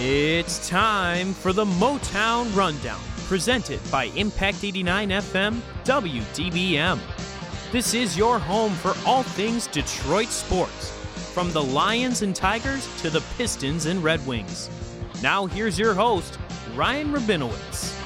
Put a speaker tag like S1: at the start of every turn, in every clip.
S1: It's time for the Motown Rundown, presented by Impact 89 FM WDBM. This is your home for all things Detroit sports, from the Lions and Tigers to the Pistons and Red Wings. Now, here's your host, Ryan Rabinowitz.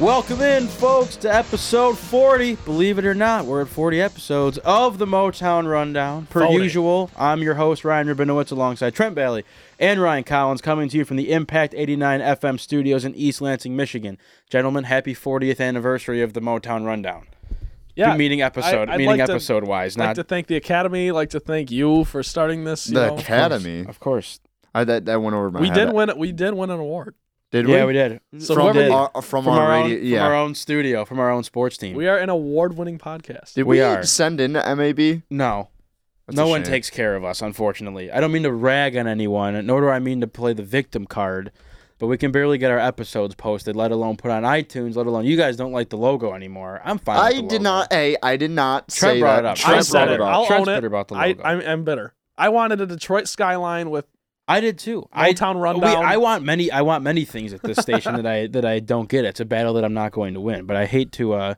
S2: Welcome in, folks, to episode 40. Believe it or not, we're at 40 episodes of the Motown Rundown. Per
S1: Fold it.
S2: usual, I'm your host, Ryan Rubinowitz, alongside Trent Bailey and Ryan Collins, coming to you from the Impact 89 FM studios in East Lansing, Michigan. Gentlemen, happy 40th anniversary of the Motown Rundown.
S3: Yeah,
S2: meeting episode-
S3: I'd
S2: meeting
S3: like to-
S2: episode-wise,
S3: Like
S2: not-
S3: to thank the academy. Like to thank you for starting this. you
S4: The
S3: know.
S4: Academy.
S2: Of course.
S4: I, that that went over my
S3: We
S4: head.
S3: did win. We did win an award.
S4: Did
S2: yeah,
S4: we?
S2: we did.
S3: So
S4: From,
S3: whoever
S2: did.
S3: did.
S4: our, from, our, radio.
S2: own,
S4: yeah.
S2: from our own studio, from our own sports team.
S3: we are an award-winning podcast.
S4: did
S2: we
S4: we,
S2: are.
S4: send in to MAB?
S2: no.
S4: That's
S2: no
S4: a
S2: one
S4: shame.
S2: takes care of us, unfortunately. I don't mean to rag on anyone, nor do I mean to play the victim card, but we can barely get our episodes posted, let alone put on iTunes, let alone you guys don't like the logo anymore. I'm fine. with
S4: I
S2: the logo.
S4: did not. Hey, I did not
S2: Trent
S4: say
S2: brought
S4: that.
S2: it up.
S4: Trent
S3: I
S4: brought
S3: said
S2: brought
S3: it.
S2: up.
S3: I'll
S2: Trent's
S3: own
S2: bitter
S3: it.
S2: about the
S3: I,
S2: logo.
S3: I'm, I'm bitter. I wanted a Detroit skyline with
S2: I did too. I
S3: Motown
S2: we-
S3: rundown.
S2: I want many. I want many things at this station that I that I don't get. It's a battle that I'm not going to win. But I hate to. Uh,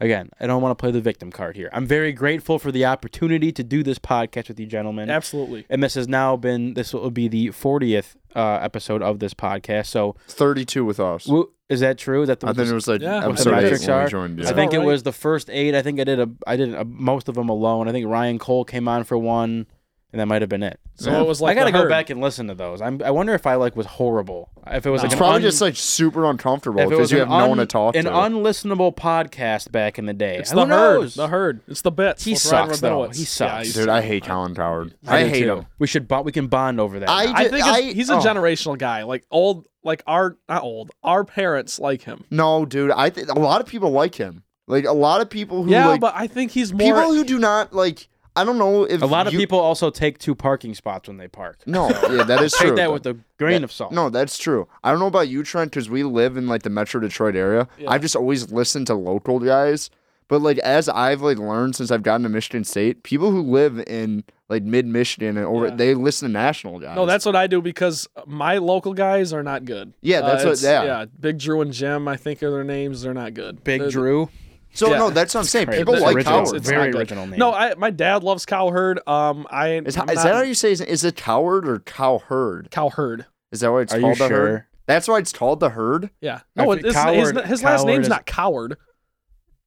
S2: again, I don't want to play the victim card here. I'm very grateful for the opportunity to do this podcast with you, gentlemen.
S3: Absolutely.
S2: and this has now been this will be the 40th uh, episode of this podcast so
S4: Thirty-two with us.
S2: wo- is that true Is that the,
S4: I think it was like
S3: Yeah,
S2: what
S4: episode
S2: the
S4: eight
S2: metrics
S4: when
S2: are
S4: we joined.
S2: i
S4: Yeah.
S3: about
S2: think it
S3: right.
S2: was the first eight i think i did a i did a, most of them alone i think ryan cole came on for one and that might have been it
S3: So
S4: Yeah.
S3: it was like
S2: i gotta
S3: the
S2: go
S3: herd.
S2: back and listen to those I'm, i wonder if i like was horrible if it was
S3: No.
S2: like
S4: It's
S2: an
S4: probably
S2: un-
S4: just like super uncomfortable
S2: if it
S4: because
S2: was
S4: you
S2: an
S4: have no one
S2: un-
S4: to talk
S2: an
S4: to.
S2: unlistenable podcast back in the day
S3: It's
S2: Who
S3: the herd.
S2: knows?
S3: The herd. It's the bits.
S2: He
S3: with Ryan
S2: sucks, though.
S3: Rabinowitz.
S2: He
S3: Yeah,
S2: sucks.
S4: Dude, I hate Colin Coward.
S2: I
S4: I,
S2: do,
S4: hate
S2: too.
S4: him.
S2: we should bo- we can bond over that
S4: I,
S3: I
S4: did,
S3: think
S4: I,
S3: it's- he's a
S4: oh.
S3: generational guy. Like old, like our not old. Our parents like him.
S4: No, dude. I think a lot of people like him. Like a lot of people who
S3: Yeah,
S4: like
S3: but I think he's more.
S4: people who do not like. I don't know if
S2: a lot of
S4: you-
S2: people also take two parking spots when they park
S4: No, yeah, that is true.
S2: take that
S4: though.
S2: with a grain
S4: That-
S2: of salt
S4: No, that's true. I don't know about you, Trent, because we live in like the Metro Detroit area. I've just always listened to local guys, but like as I've like learned since I've gotten to Michigan State, people who live in like mid Michigan and over,
S3: Yeah.
S4: they listen to national guys.
S3: No, that's what I do because my local guys are not good. Uh,
S4: Yeah, that's what-
S3: it's-
S4: yeah.
S3: Big Drew and Jim, I think are their names. They're not good.
S2: Big
S3: They're-
S2: Drew.
S4: so.
S3: yeah.
S4: No, that's what I'm saying.
S2: Great.
S4: People
S2: It's
S4: like
S2: original.
S4: cowards.
S2: It's
S4: It's,
S2: very
S3: not good.
S2: original name.
S3: No, I, my dad loves Cowherd. Um, I
S4: is
S3: I'm
S4: that
S3: not-
S4: how you say? Is, is it coward or cowherd?
S3: Cowherd?
S4: Is that why it's
S2: Are you
S4: called the herd?
S2: sure?
S4: That's why it's called the herd.
S3: Yeah.
S2: I
S3: No,
S2: think
S3: it's, his,
S2: Cowherd-
S3: his last
S2: Cowherd
S3: name's
S2: is-
S3: not Coward.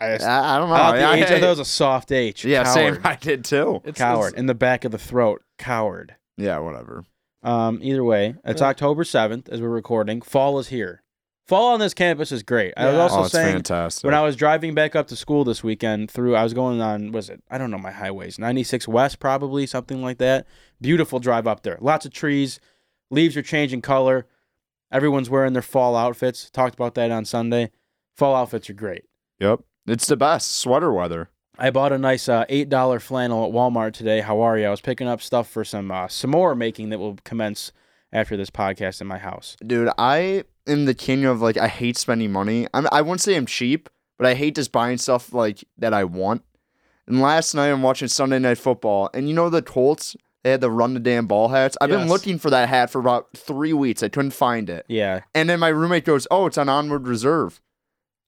S2: I,
S4: I, I don't know.
S2: thought
S4: I- I-
S2: the H- I thought it was a soft H.
S4: Oh, yeah,
S2: coward.
S4: same. I did too.
S3: It's,
S2: Coward
S3: it's-
S2: in the back of the throat. Coward.
S4: Yeah, whatever.
S2: Um, either way, it's
S3: Yeah.
S2: October seventh as we're recording. Fall is here. Fall on this campus is great. I was
S3: Yeah.
S2: also
S4: oh, it's
S2: saying
S4: fantastic.
S2: when I was driving back up to school this weekend through, I was going on was it? I don't know my highways, ninety six west probably something like that. Beautiful drive up there. Lots of trees. Leaves are changing color. Everyone's wearing their fall outfits. Talked about that on Sunday. Fall outfits are great.
S4: yep, it's the best sweater weather.
S2: I bought a nice uh, eight dollar flannel at Walmart today. How are you? I was picking up stuff for some uh, s'more making that will commence after this podcast in my house.
S4: dude i am the king of like i hate spending money I'm, i won't say i'm cheap but i hate just buying stuff like that i want and last night i'm watching sunday night football and you know the colts they had the run the damn ball hats i've been
S3: Yes.
S4: looking for that hat for about three weeks i couldn't find it
S2: Yeah,
S4: and then my roommate goes oh it's on onward reserve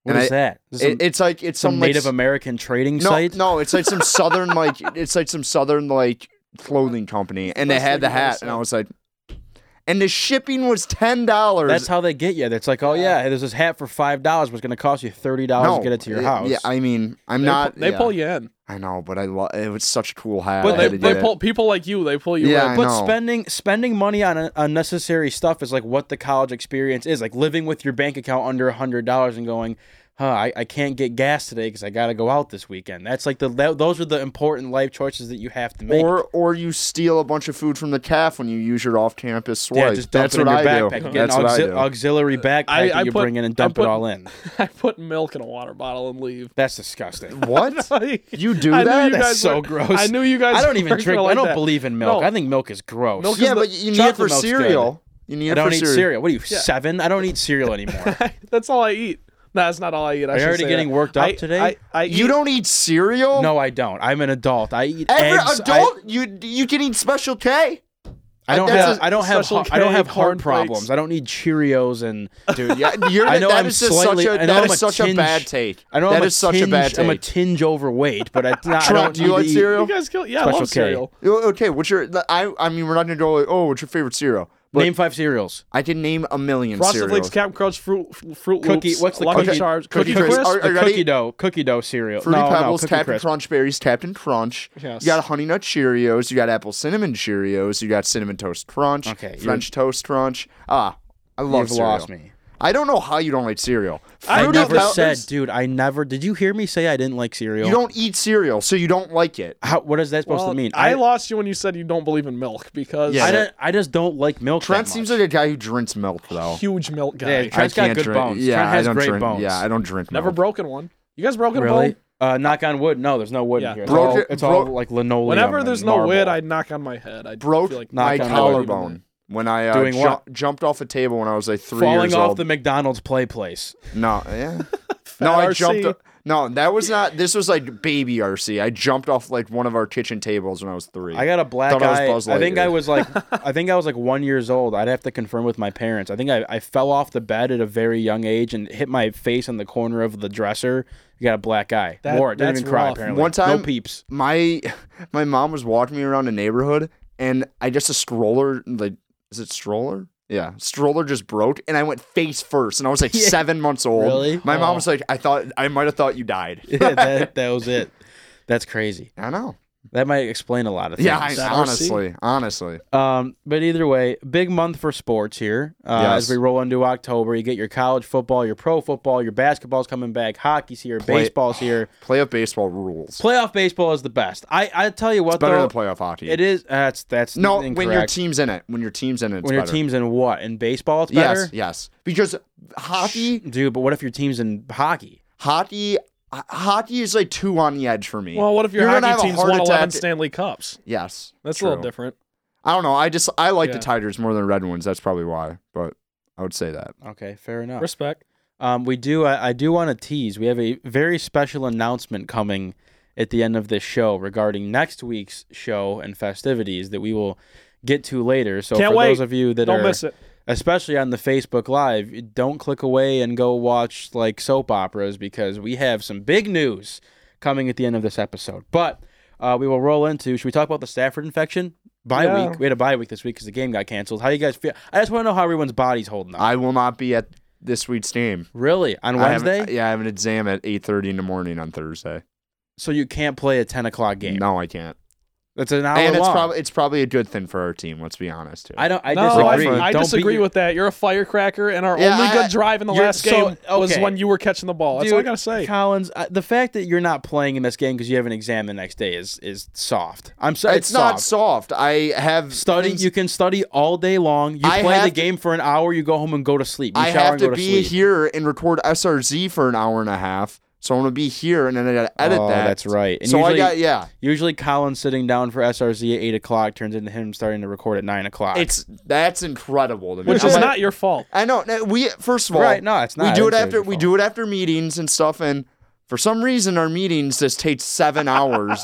S2: what is
S4: And I-
S2: that? Is
S4: it, it's like it's
S2: some,
S4: some like,
S2: Native
S4: s-
S2: American trading
S4: no,
S2: site.
S4: No, it's like some southern like it's like some southern like clothing company, and they
S3: Best
S4: had
S3: thing
S4: the
S3: I've ever
S4: hat, and I
S3: seen.
S4: was like, and the shipping was ten dollars.
S2: That's how they get you. That's like, oh yeah, there's this hat for five dollars, but it's gonna cost you thirty dollars to get it to your
S4: uh,
S2: house.
S4: Yeah, I mean, I'm
S3: They,
S4: not.
S3: pu- they
S4: yeah.
S3: pull you in,
S4: I know, but I lo- it was such a cool hat.
S3: but
S4: I
S3: they,
S4: had to
S3: they
S4: get
S3: pull people like you. They pull you
S4: Yeah,
S3: in.
S4: I
S2: but
S4: know.
S2: spending spending money on un- unnecessary stuff is like what the college experience is like living with your bank account under a hundred dollars and going huh I, I can't get gas today because i gotta go out this weekend that's like the tho- those are the important life choices that you have to
S4: it.
S2: make
S4: Or or you steal a bunch of food from the calf when you use your off campus swipe.
S2: yeah, just dump
S4: That's
S2: it in
S4: what
S2: your
S4: I
S2: backpack.
S4: do.
S2: You get
S4: That's
S2: an
S4: what I
S2: auxi-
S4: do. Uh,
S2: auxiliary backpack
S3: I-
S2: that
S3: I
S2: you
S3: put-
S2: bring in and
S3: I
S2: dump
S3: put-
S2: it all in.
S3: I put milk in a water bottle and leave.
S2: That's disgusting.
S4: what? You do
S3: I knew
S4: that?
S3: you
S2: That's
S3: guys
S2: so
S3: were-
S2: gross.
S3: I knew you guys.
S2: I don't even
S3: weren't gonna
S2: drink. I
S3: like
S2: don't
S3: that.
S2: believe in milk.
S3: No.
S2: I think milk is gross.
S3: Milk is
S4: yeah,
S3: the-
S4: but you need
S2: chocolate
S4: it for
S2: milk's good.
S4: cereal. You need
S2: I
S4: it
S2: don't
S4: for
S2: eat cereal. What are you seven? I don't eat cereal anymore.
S3: That's all I eat. No, that's not all I eat.
S2: Are
S3: I
S2: you
S3: should
S2: already
S3: say
S2: getting
S3: that.
S2: worked up
S3: I-
S2: today?
S3: I, I
S4: You
S3: eat-
S4: don't eat cereal?
S2: no, I don't. I'm an adult. I eat
S4: Every
S2: eggs. I-
S4: adult, you you can eat Special K.
S2: I don't
S4: That's
S2: have
S4: a
S2: I don't have
S3: Special
S2: heart- I don't
S3: K
S2: have heart
S3: cornflakes.
S2: problems. I don't need Cheerios and
S4: Dude, yeah, you're,
S2: I know
S4: that
S2: I'm
S4: is just
S2: slightly-
S4: such
S2: I
S4: a,
S2: know
S4: that
S2: I'm
S4: is
S2: a
S4: such a
S2: tinge-
S4: bad take.
S2: I know
S4: That
S2: I'm a
S4: is such
S2: tinge,
S4: a bad take.
S2: I'm a tinge overweight, but I, not, I
S4: Trent,
S2: don't
S4: do you
S2: need
S4: like
S2: to eat-
S4: cereal?
S3: You guys kill. Yeah, I
S2: Special
S3: love
S2: K.
S3: cereal.
S4: Yo, Okay, what's your? I I mean, we're not gonna go. Like, oh, what's your favorite cereal? But
S2: Name five cereals.
S4: I can name a million
S3: Frosted
S4: cereals.
S3: Flakes, Captain Crunch, Fruit Fruit
S2: Cookie-
S3: Loops,
S2: what's the
S3: Lucky
S2: cookie-
S3: Charms,
S4: cookie
S3: Cookie
S4: crisp?
S3: Crisp.
S4: Are-
S2: The
S4: you ready?
S2: cookie dough, cookie dough cereal.
S4: Fruity
S2: no,
S4: Pebbles,
S2: no, cookie
S4: Captain
S2: crisp.
S4: Crunch Berries, Captain Crunch.
S3: Yes.
S4: You got Honey Nut Cheerios. You got Apple Cinnamon Cheerios. You got Cinnamon Toast Crunch.
S2: Okay, you're-
S4: French Toast Crunch. Ah, I love
S2: You've
S4: cereal.
S2: lost me.
S4: I don't know how you don't like cereal.
S3: I
S2: I
S4: Fruity
S2: never
S4: Pebbles-
S2: said, dude. I never. Did you hear me say I didn't like cereal?
S4: you don't eat cereal, so you don't like it.
S2: How, what is that supposed
S3: Well,
S2: to mean?
S3: I, lost you when you said you don't believe in milk because
S4: Yeah.
S2: I,
S3: I'm
S2: don't, I just don't like milk.
S4: Trent
S2: that
S4: seems
S2: much.
S4: like a guy who drinks milk, though.
S3: a huge milk guy.
S2: Yeah, Trent's
S4: I
S2: got
S4: can't
S2: good
S4: drink.
S2: bones.
S4: Yeah,
S2: Trent
S4: I
S2: has
S4: don't
S2: great
S4: drink.
S2: bones.
S4: Yeah, I don't drink.
S3: Never
S4: milk.
S3: broken one. You guys broken a
S2: really.
S3: bone?
S2: Uh, knock on wood. No, there's no wood
S3: Yeah.
S2: in here. It's,
S4: Broke
S2: all,
S4: it-
S2: it's
S4: broke-
S2: all like linoleum.
S3: Whenever
S2: and
S3: there's no
S2: marble.
S3: wood, I knock on my head. I
S4: broke
S3: feel like
S2: Knock on
S4: my
S2: wood.
S4: collarbone when I uh,
S2: Doing
S4: ju-
S2: what?
S4: jumped off a table when I was like three
S2: falling
S4: years
S2: off
S4: old.
S2: the McDonald's play place.
S4: no, yeah. no, I
S3: RC.
S4: jumped. o- No, that was not. This was like baby RC. I jumped off like one of our kitchen tables when I was three.
S2: I got a black
S4: Thought I was
S2: eye.
S4: Buzz
S2: I, think
S4: Lightyear.
S2: I was like, I think I was like one years old. I'd have to confirm with my parents. I think I, I fell off the bed at a very young age and hit my face on the corner of the dresser. You got a black eye.
S3: That-
S2: More. Didn't
S3: that's
S2: even cry.
S3: rough.
S2: Apparently,
S4: One time-
S2: no peeps.
S4: my my mom was walking me around the neighborhood, and I just a stroller. Like, is it stroller? Yeah, stroller just broke, and I went face first, and I was like seven months old.
S2: Really?
S4: My
S2: Oh.
S4: mom was like, "I thought I might have thought you died."
S2: Yeah, that, that was it. That's crazy.
S4: I know.
S2: That might explain a lot of things.
S4: Yeah, I,
S3: Is that
S4: honestly, honestly.
S2: Um, but either way, big month for sports here. Uh,
S4: Yes.
S2: As we roll into October, you get your college football, your pro football, your basketball's coming back, hockey's here,
S4: Play-
S2: baseball's here.
S4: Playoff baseball rules.
S2: Playoff baseball is the best. I I tell you what
S4: better
S2: though,
S4: than playoff hockey.
S2: it is that's that's
S4: No,
S2: incorrect.
S4: when your team's in it. When your team's in it, it's
S2: when your
S4: better.
S2: team's in what in baseball, it's better.
S4: Yes, yes. Because hockey,
S2: Dude, but what if your team's in hockey?
S4: hockey, ho- hockey is like two on the edge for me.
S3: Well, what if your
S4: You're gonna have
S3: hockey
S4: a
S3: team's
S4: heart
S3: won 11
S4: attack.
S3: Stanley Cups?
S4: Yes,
S3: That's a
S4: true.
S3: little different.
S4: I don't know. I just I like
S3: Yeah.
S4: the Tigers more than Red Wings. That's probably why. But I would say that.
S2: Okay, fair enough.
S3: Respect.
S2: Um, we do. I, I do want to tease. We have a very special announcement coming at the end of this show regarding next week's show and festivities that we will get to later. So
S3: Can't
S2: for
S3: wait.
S2: those of you that
S3: Don't
S2: are,
S3: miss it.
S2: especially on the Facebook Live, don't click away and go watch like soap operas because we have some big news coming at the end of this episode. But uh, we will roll into. Should we talk about the Stafford infection? Bye
S3: Yeah.
S2: week. We had a bye week this week because the game got canceled. How you guys feel? I just want to know how everyone's body's holding up.
S4: I will not be at this week's game.
S2: really on
S4: I have-
S2: Wednesday.
S4: yeah, I have an exam at eight thirty in the morning on Thursday.
S2: So you can't play a ten o'clock game.
S4: No, I can't.
S2: That's an hour
S4: and it's
S2: long.
S4: probably it's probably a good thing for our team. Let's be honest. Here.
S2: I don't. I
S3: no,
S2: disagree.
S3: I, I
S2: Don't beat
S3: disagree
S2: your-
S3: with that. You're a firecracker, and our
S4: Yeah,
S3: only
S4: I-
S3: good drive in the
S2: you're-
S3: last
S2: so,
S3: game was
S2: okay.
S3: when you were catching the ball. That's all I
S2: Dude,
S3: gotta say.
S2: Collins. I, the fact that you're not playing in this game because you have an exam the next day is is soft. I'm sorry.
S4: It's, not
S2: soft.
S4: soft. I have
S2: Study.
S4: things-
S2: You can study all day long. You
S4: I
S2: play the
S4: have to-
S2: game for an hour. You go home and go to sleep. You
S4: I
S2: shower
S4: have
S2: and go
S4: to
S2: to
S4: be
S2: sleep.
S4: here and record SRZ for an hour and a half. So I'm gonna be here and then I gotta edit
S2: Oh,
S4: that.
S2: that's right. And
S4: so
S2: usually,
S4: I got yeah.
S2: Usually, Collins sitting down for SRZ at eight o'clock turns into him starting to record at nine o'clock.
S4: It's that's incredible to me.
S3: Which
S4: I'm
S3: is
S4: like-
S3: not your fault.
S4: I know. no, We first of all,
S2: Right, no, it's
S4: We
S2: not.
S4: do
S2: I
S4: it
S2: didn't say it was
S4: after
S2: your
S4: we
S2: fault.
S4: do it after meetings and stuff, and for some reason our meetings just take seven hours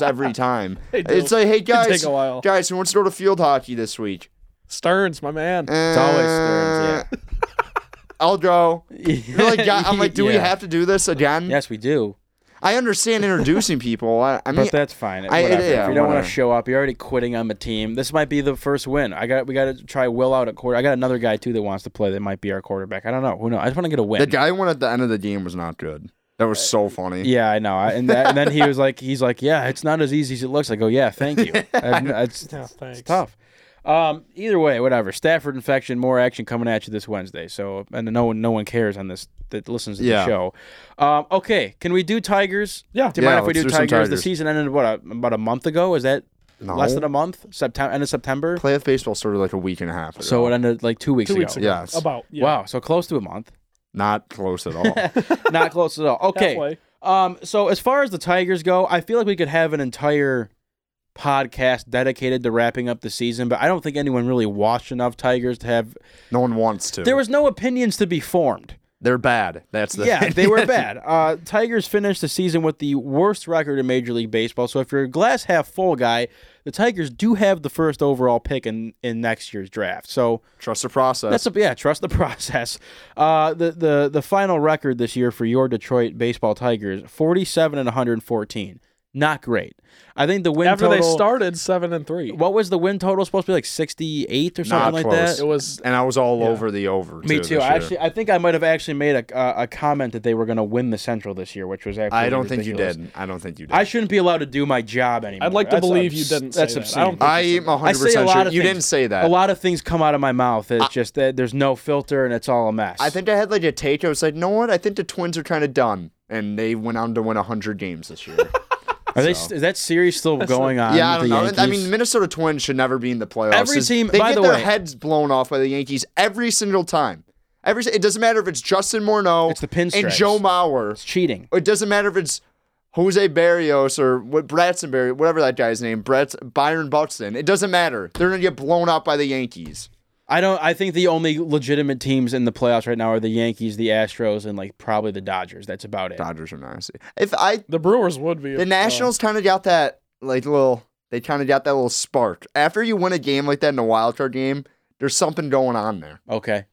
S4: every time.
S3: They do.
S4: It's like, hey guys,
S3: take a while.
S4: guys, who wants to go to field hockey this week? Uh,
S3: Stearns, my man.
S2: It's always Stearns. Yeah.
S4: I'll go. You're like, "God," I'm like, do we
S2: Yeah.
S4: have to do this again?
S2: Yes, we do.
S4: I understand introducing people. I, I mean,
S2: But that's fine.
S4: I-
S2: Whatever.
S4: yeah,
S2: if you don't want to
S4: whatever.
S2: show up, you're already quitting on the team. This might be the first win. I got we got to try Will out at quarter. I got another guy too that wants to play. That might be our quarterback. I don't know. Who knows? I just want to get a win.
S4: The guy one at the end of the game was not good. That was so funny.
S2: Uh, yeah, I know. I, and, that, and then he was like, he's like, yeah, it's not as easy as it looks. I go, yeah, thank you. I've- it's,
S3: No,
S2: it's
S3: thanks.
S2: tough. Um, either way, whatever. Stafford infection, more action coming at you this Wednesday. So, and no one, no one cares on this that listens to
S4: Yeah.
S2: the show. Um, okay, can we do Tigers?
S3: Yeah.
S2: Do you mind
S4: Yeah,
S2: if we do
S4: let's do some
S2: Tigers? The
S4: Tigers.
S2: season ended what a, about a month ago. Is that
S4: No.
S2: less than a month? September end of September.
S4: Playoff baseball started like a week and a half ago.
S2: So it ended like two weeks
S3: Two
S2: ago.
S3: weeks ago.
S4: Yes.
S3: About yeah.
S2: Wow, so close to a month.
S4: not close at all.
S2: Not close at all. Okay.
S3: Halfway.
S2: Um, so as far as the Tigers go, I feel like we could have an entire podcast dedicated to wrapping up the season, but I don't think anyone really watched enough Tigers to have
S4: no one wants to.
S2: there was no opinions to be formed.
S4: They're bad. That's the
S2: yeah,
S4: thing.
S2: they were bad. Uh, Tigers finished the season with the worst record in Major League Baseball. So if you're a glass half full guy, the Tigers do have the first overall pick in, in next year's draft. So
S4: Trust the process.
S2: that's a, yeah, trust the process. Uh, the the the final record this year for your Detroit baseball Tigers: forty-seven and one hundred and fourteen. Not great. I think the win
S3: After
S2: total.
S3: they started seven and three,
S2: what was the win total supposed to be like sixty-eight or something like
S4: close.
S2: that?
S3: it was
S4: and I was all over the over.
S2: Me too. I
S4: this year.
S2: actually, I think I might have actually made a, a, a comment that they were going to win the Central this year, which was actually.
S4: I don't think you
S2: ridiculous.
S4: did. I don't think you did.
S2: I shouldn't be allowed to do my job anymore.
S3: I'd like to believe you
S2: obs-
S3: didn't say
S2: That's
S3: that.
S2: obscene.
S3: I don't
S4: I am 100%
S2: I say a
S4: sure.
S2: lot of
S4: you
S2: things-
S4: didn't say that.
S2: A lot of things come out of my mouth. It's just that there's no filter and it's all a mess.
S4: I think I had like a take. I was like, you know what? I think the Twins are kind of done. And they went on to win 100 games this year.
S2: Are they, is that series still going on?
S4: yeah, I
S2: with
S4: don't know.
S2: the
S4: I
S2: Yankees?
S4: mean, the Minnesota Twins should never be in the playoffs.
S2: Every
S4: It's-
S2: team-
S4: they
S2: by
S4: get
S2: the
S4: their
S2: way-
S4: heads blown off by the Yankees every single time. Every si- it doesn't matter if it's Justin Morneau,
S2: It's the
S4: and
S2: pinstripes.
S4: Joe Mauer.
S2: it's cheating.
S4: It doesn't matter if it's Jose Barrios or what Bratsonberry, whatever that guy's name, Brett Byron Buxton. It doesn't matter. They're gonna get blown out by the Yankees.
S2: I don't. I think the only legitimate teams in the playoffs right now are the Yankees, the Astros, and like probably the Dodgers. That's about it.
S4: Dodgers are nasty. If I
S3: the Brewers would be
S4: the Nationals kind of got that like little they kind of got that little spark after you win a game like that in a wild card game. There's something going on there,
S2: Okay,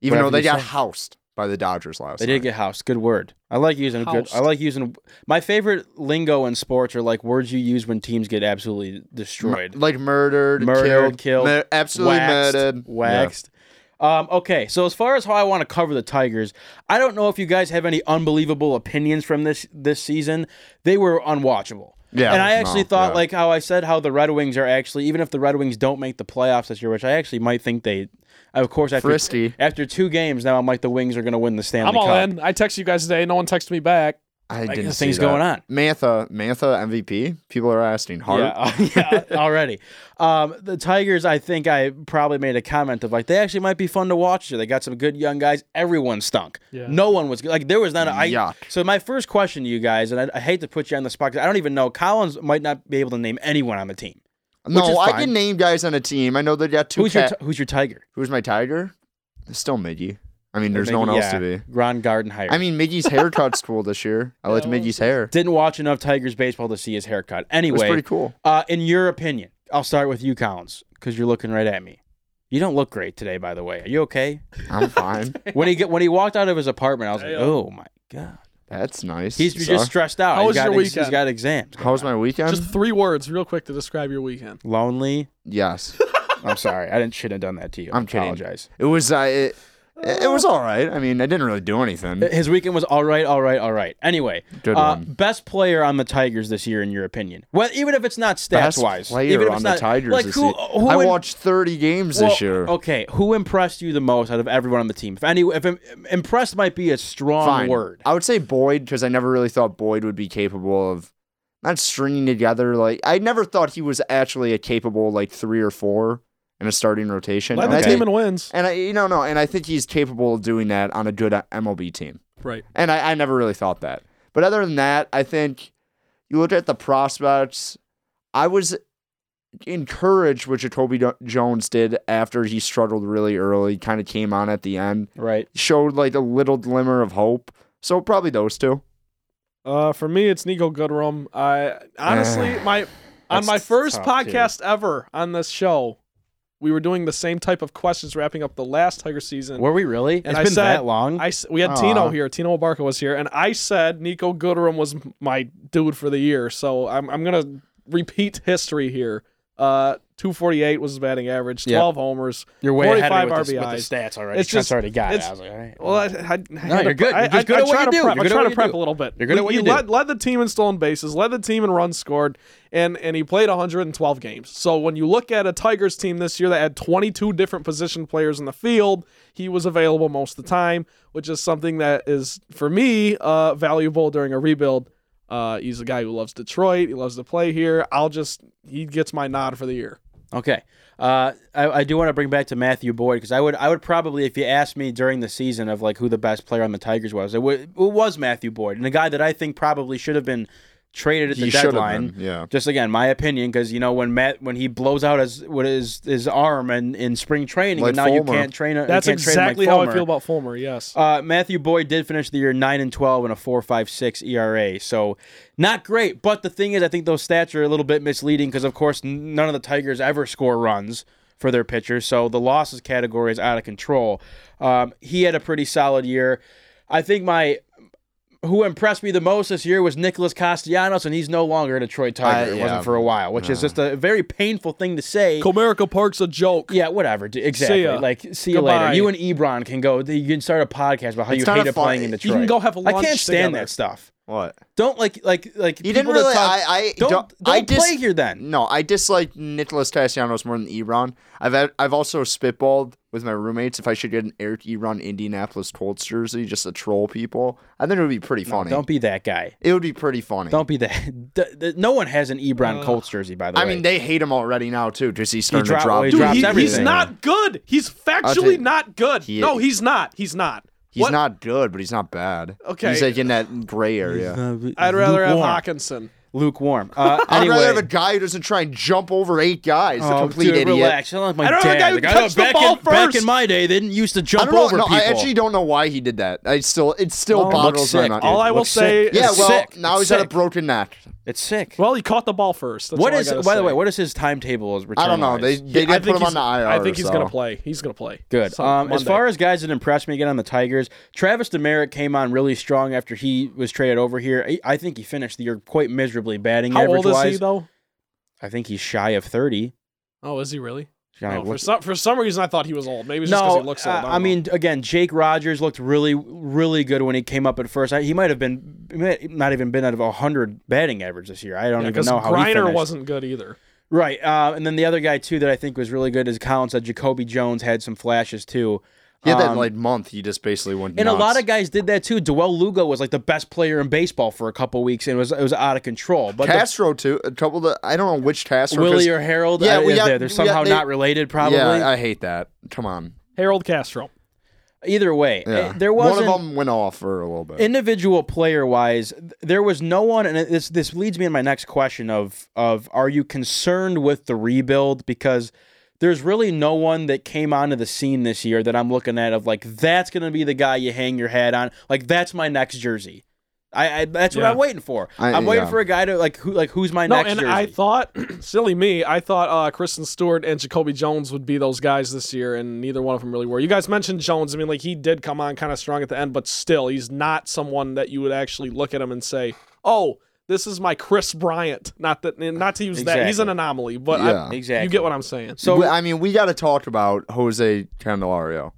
S4: even
S2: Whatever
S4: though they
S2: you
S4: got
S2: say.
S4: housed by the Dodgers last.
S2: they
S4: night.
S2: did get housed. Good word. I like using good. I
S3: Housed.
S2: like using my favorite lingo in sports are like words you use when teams get absolutely destroyed.
S4: like murdered,
S2: murdered,
S4: killed,
S2: killed,
S4: mur- absolutely
S2: waxed,
S4: murdered,
S2: waxed. Um, okay, so as far as how I want to cover the Tigers, I don't know if you guys have any unbelievable opinions from this this season. They were unwatchable.
S4: Yeah,
S2: and I
S4: no,
S2: actually thought,
S4: yeah.
S2: like how I said, how the Red Wings are actually, even if the Red Wings don't make the playoffs this year, which I actually might think they, of course, after
S4: Frisky.
S2: after two games now, I'm like the Wings are going to win the Stanley
S3: uh, I'm all
S2: Cup.
S3: in. I texted you guys today. No one texted me back.
S4: I
S2: Like,
S4: didn't
S2: there's
S4: see
S2: things
S4: that.
S2: going on.
S4: Mantha, Mantha MVP. People are asking hard.
S2: Yeah, uh, yeah, already. Um, the Tigers, I think I probably made a comment of like they actually might be fun to watch. They got some good young guys. Everyone stunk.
S3: Yeah.
S2: No one was like there was not. A, I,
S4: Yuck.
S2: So my first question to you guys, and I, I hate to put you on the spot 'cause I don't even know. Collins might not be able to name anyone on the team. Which is
S4: No, I
S2: fine.
S4: can name guys on a team. I know they got two.
S2: Who's your
S4: cat-
S2: ti- Who's your Tiger?
S4: who's my tiger? It's still Miggy. I mean, there's no
S2: Maybe-
S4: one else
S2: yeah,
S4: to be.
S2: Ron Gardenhire.
S4: I mean, Miggy's haircut's cool this year. I liked Miggy's hair.
S2: didn't watch enough Tigers baseball to see his haircut.
S4: It was
S2: Anyway,
S4: pretty cool.
S2: uh, in your opinion, I'll start with you, Collins, because you're looking right at me. You don't look great today, by the way. Are you okay?
S4: I'm fine.
S2: when he get, when he walked out of his apartment, I was like,
S3: Damn.
S2: "Oh my god!"
S4: That's nice.
S2: He's
S4: So,
S2: just stressed out.
S3: How
S2: He's
S3: was
S2: got
S3: your
S2: ex- He's
S3: weekend?
S2: got exams.
S4: How was my weekend?
S3: Just three words, real quick, to describe your weekend.
S2: Lonely.
S4: yes.
S2: I'm sorry. I didn't should have done that to you.
S4: I'm
S2: I
S4: kidding.
S2: apologize. Uh,
S4: It was. Uh, it, it was all right. I mean, I didn't really do anything.
S2: His weekend was all right, all right, all right. Anyway,
S4: Good
S2: uh,
S4: one.
S2: best player on the Tigers this year, in your opinion? Well, even if it's not stats
S4: Best
S2: wise,
S4: player
S2: even if
S4: on
S2: it's
S4: the
S2: not,
S4: Tigers
S2: Like
S4: this
S2: who? uh,
S4: year.
S2: who
S4: I
S2: in-
S4: watched 30 games
S2: well, oh,
S4: this year.
S2: Okay, who impressed you the most out of everyone on the team? If any, if im- impressed might be a strong
S4: Fine.
S2: word.
S4: I would say Boyd because I never really thought Boyd would be capable of not stringing together. Like I never thought he was actually a capable like three or four in a starting rotation.
S3: Led
S4: And I
S3: the
S4: think-
S3: team and wins.
S4: and I, you know, no, and I think he's capable of doing that on a good uh, MLB team.
S3: Right.
S4: And I, I never really thought that. But other than that, I think you look at the prospects. I was encouraged what Jacoby Do- Jones did after he struggled really early, kind of came on at the end,
S2: Right.
S4: showed like a little glimmer of hope. So probably those two.
S3: Uh, for me, it's Nico Goodrum. I honestly, my on
S2: Ah, That's
S3: my first
S2: tough, too.
S3: podcast ever on this show, we were doing the same type of questions, wrapping up the last Tiger season.
S2: Were we really?
S3: And
S2: it's
S3: I
S2: been
S3: said-
S2: that long.
S3: I s- we had
S4: Aw.
S3: Tino here. Tino Barca was here, and I said Nico Goodrum was m- my dude for the year. So I'm I'm gonna repeat history here. Uh, 248 was his batting average,
S2: Yep.
S3: 12 homers.
S2: You're way ahead of me
S3: 45
S2: with, the, with
S3: RBIs.
S2: the stats already.
S3: It's
S2: Trent's
S3: just-
S2: already got it.
S3: it's-
S2: I was like, all right.
S3: Well, I, I, I no,
S2: you're good. You're just good at what you do. You're
S3: I'm
S2: good at
S3: trying
S2: what
S3: to
S2: you
S3: prep
S2: do.
S3: a little bit.
S2: You're good at what
S3: He
S2: you do.
S3: Led, led the team in stolen bases, led the team in runs scored, and and he played 112 games. So when you look at a Tigers team this year that had 22 different position players in the field, he was available most of the time, which is something that is for me uh, valuable during a rebuild. Uh, he's a guy who loves Detroit. He loves to play here. I'll just he gets my nod for the year.
S2: Okay. Uh, I, I do want to bring back to Matthew Boyd because I would I would probably if you asked me during the season of like who the best player on the Tigers was it, w- it was Matthew Boyd and a guy that I think probably should have been traded at the
S4: He should have
S2: deadline.
S4: been. Yeah.
S2: Just again, my opinion, because you know when Matt when he blows out his what is his arm and in spring training,
S4: Like
S2: and now you
S4: Fulmer.
S2: can't train. you
S3: That's
S2: can't train him like
S3: exactly how I
S2: Fulmer.
S3: feel about Fulmer. Yes.
S2: Uh, Matthew Boyd did finish the year nine and twelve and a four five six ERA, so not great. But the thing is, I think those stats are a little bit misleading because, of course, n- none of the Tigers ever score runs for their pitchers, so the losses category is out of control. Um, he had a pretty solid year. I think my who impressed me the most this year was Nicholas Castellanos, and he's no longer a Detroit Tiger.
S4: I-
S2: it
S4: yeah.
S2: wasn't for a while, which is just a very painful thing to say.
S3: Comerica Park's a joke.
S2: Yeah, whatever. dude. Exactly.
S3: ya.
S2: Like, see you
S3: Goodbye.
S2: later. You and Ebron can go. You can start a podcast about how
S4: It's
S2: you
S4: not
S2: hated
S4: a fun-
S2: playing in
S4: you
S2: Detroit.
S3: can go have lunch
S2: I can't stand
S3: together.
S2: that stuff.
S4: What?
S2: Don't like like like.
S4: You didn't
S2: people that
S4: really.
S2: talk-
S4: I, I
S2: don't,
S4: don't.
S2: don't
S4: I dis-
S2: play here then.
S4: No, I dislike Nicholas Castellanos more than Ebron. I've had, I've also spitballed with my roommates if I should get an Eric Ebron Indianapolis Colts jersey just to troll people. I think it would be pretty funny.
S2: Don't be that guy.
S4: it would be pretty funny.
S2: Don't be that. D- d- no one has an
S3: Uh,
S2: Ebron Colts jersey by the
S4: I
S2: way.
S4: mean, they hate him already now too because he's starting
S2: dropped-
S4: to drop.
S2: well, he
S3: Dude,
S2: dropped
S3: he- he's
S2: everything.
S3: not good. He's
S4: tell
S3: factually
S4: you-
S3: not good.
S4: He-
S3: no, he's not. He's not.
S4: He's
S3: What-
S4: not good, but he's not bad.
S3: Okay.
S4: he's like in that gray area.
S3: I'd rather have
S2: Uh, Lukewarm.
S3: Hawkinson.
S2: Lukewarm. Uh,
S4: I'd
S2: anyway,
S4: rather have a guy who doesn't try and jump over eight guys. the
S2: Oh,
S4: complete
S2: dude,
S4: idiot.
S2: relax. I don't like my
S3: I don't know the
S2: dad.
S3: guy who
S2: Like, I know
S3: touched the
S2: back
S3: ball
S2: in, Back
S3: first.
S2: in my day, they didn't used to
S4: I
S2: jump
S4: don't know.
S2: over
S4: No,
S2: people.
S4: I actually don't know why he did that. I still, it still
S2: It looks
S4: boggles my
S2: sick.
S4: mind.
S2: dude.
S3: All I
S2: It
S3: will
S2: looks
S3: say
S2: sick.
S3: is-
S4: yeah,
S2: It's
S4: well,
S2: sick.
S4: now
S2: It's
S4: he's got a
S2: sick.
S4: broken neck.
S2: It's sick.
S3: Well, he caught the ball first. That's
S2: What
S3: all I
S2: is
S3: gotta
S2: by the
S3: say.
S2: way? What is his timetable? As return
S4: I don't know. They
S2: wise?
S4: they
S3: I
S4: did put
S3: think
S4: him
S3: he's-
S4: on the IR.
S3: I think he's
S4: so.
S3: gonna play. He's gonna play.
S2: Good.
S3: So,
S2: um, as
S3: Monday.
S2: far as guys that impressed me again on the Tigers, Travis Demerick came on really strong after he was traded over here. I, I think he finished the year quite miserably batting
S3: how
S2: average
S3: old is he
S2: wise.
S3: though?
S2: I think he's shy of thirty.
S3: Oh, is he really?
S2: Gotta
S3: Oh, for
S2: look-
S3: some for some reason I thought he was old. Maybe it's just because
S2: No,
S3: he looks
S2: uh,
S3: old. don't
S2: I
S3: know.
S2: mean, again, Jake Rogers looked really, really good when he came up at first. I, he might have been, he might not even been out of hundred batting average this year. I don't
S3: yeah,
S2: even
S3: because
S2: know how he
S3: Griner
S2: finished.
S3: wasn't good either.
S2: Right. Uh, and then the other guy too that I think was really good is Collins. That Jacoby Jones had some flashes too.
S4: Yeah, that
S2: Um,
S4: like month he just basically went.
S2: And
S4: nuts.
S2: a lot of guys did that too. Doel Lugo was like the best player in baseball for a couple weeks, and it was it was out of control. But the,
S4: Castro too. A couple of the, I don't know which Castro. 'cause-
S2: Willie or Harold, uh,
S4: Yeah,
S2: yeah,
S4: we got-
S2: they're, they're
S4: we
S2: somehow
S4: got- they-
S2: not related. Probably
S4: Yeah, I hate that. Come on.
S3: Harold Castro.
S2: either way,
S4: Yeah.
S2: eh, there was
S4: one
S2: not
S4: of them went off for a little bit.
S2: individual player wise. There was no one, and it- this this leads me in my next question of of are you concerned with the rebuild because. There's really no one that came onto the scene this year that I'm looking at of like that's gonna be the guy you hang your hat on. Like that's my next jersey. I, I that's what
S3: Yeah.
S2: I'm waiting for.
S4: I-
S2: I, am waiting
S4: yeah.
S2: for a guy to like who like who's my
S3: No,
S2: next
S3: and
S2: jersey.
S3: I thought, silly me, I thought uh, Kristen Stewart and Jacoby Jones would be those guys this year, and neither one of them really were. You guys mentioned Jones. I mean, like he did come on kind of strong at the end, but still, he's not someone that you would actually look at him and say, "Oh, this is my Chris Bryant." Not that, not to use that. He's an
S2: Exactly.
S3: anomaly, but
S4: Yeah.
S3: I,
S2: exactly.
S3: you get what I'm saying.
S2: so
S4: We- I mean, we got to talk about Jose Candelario,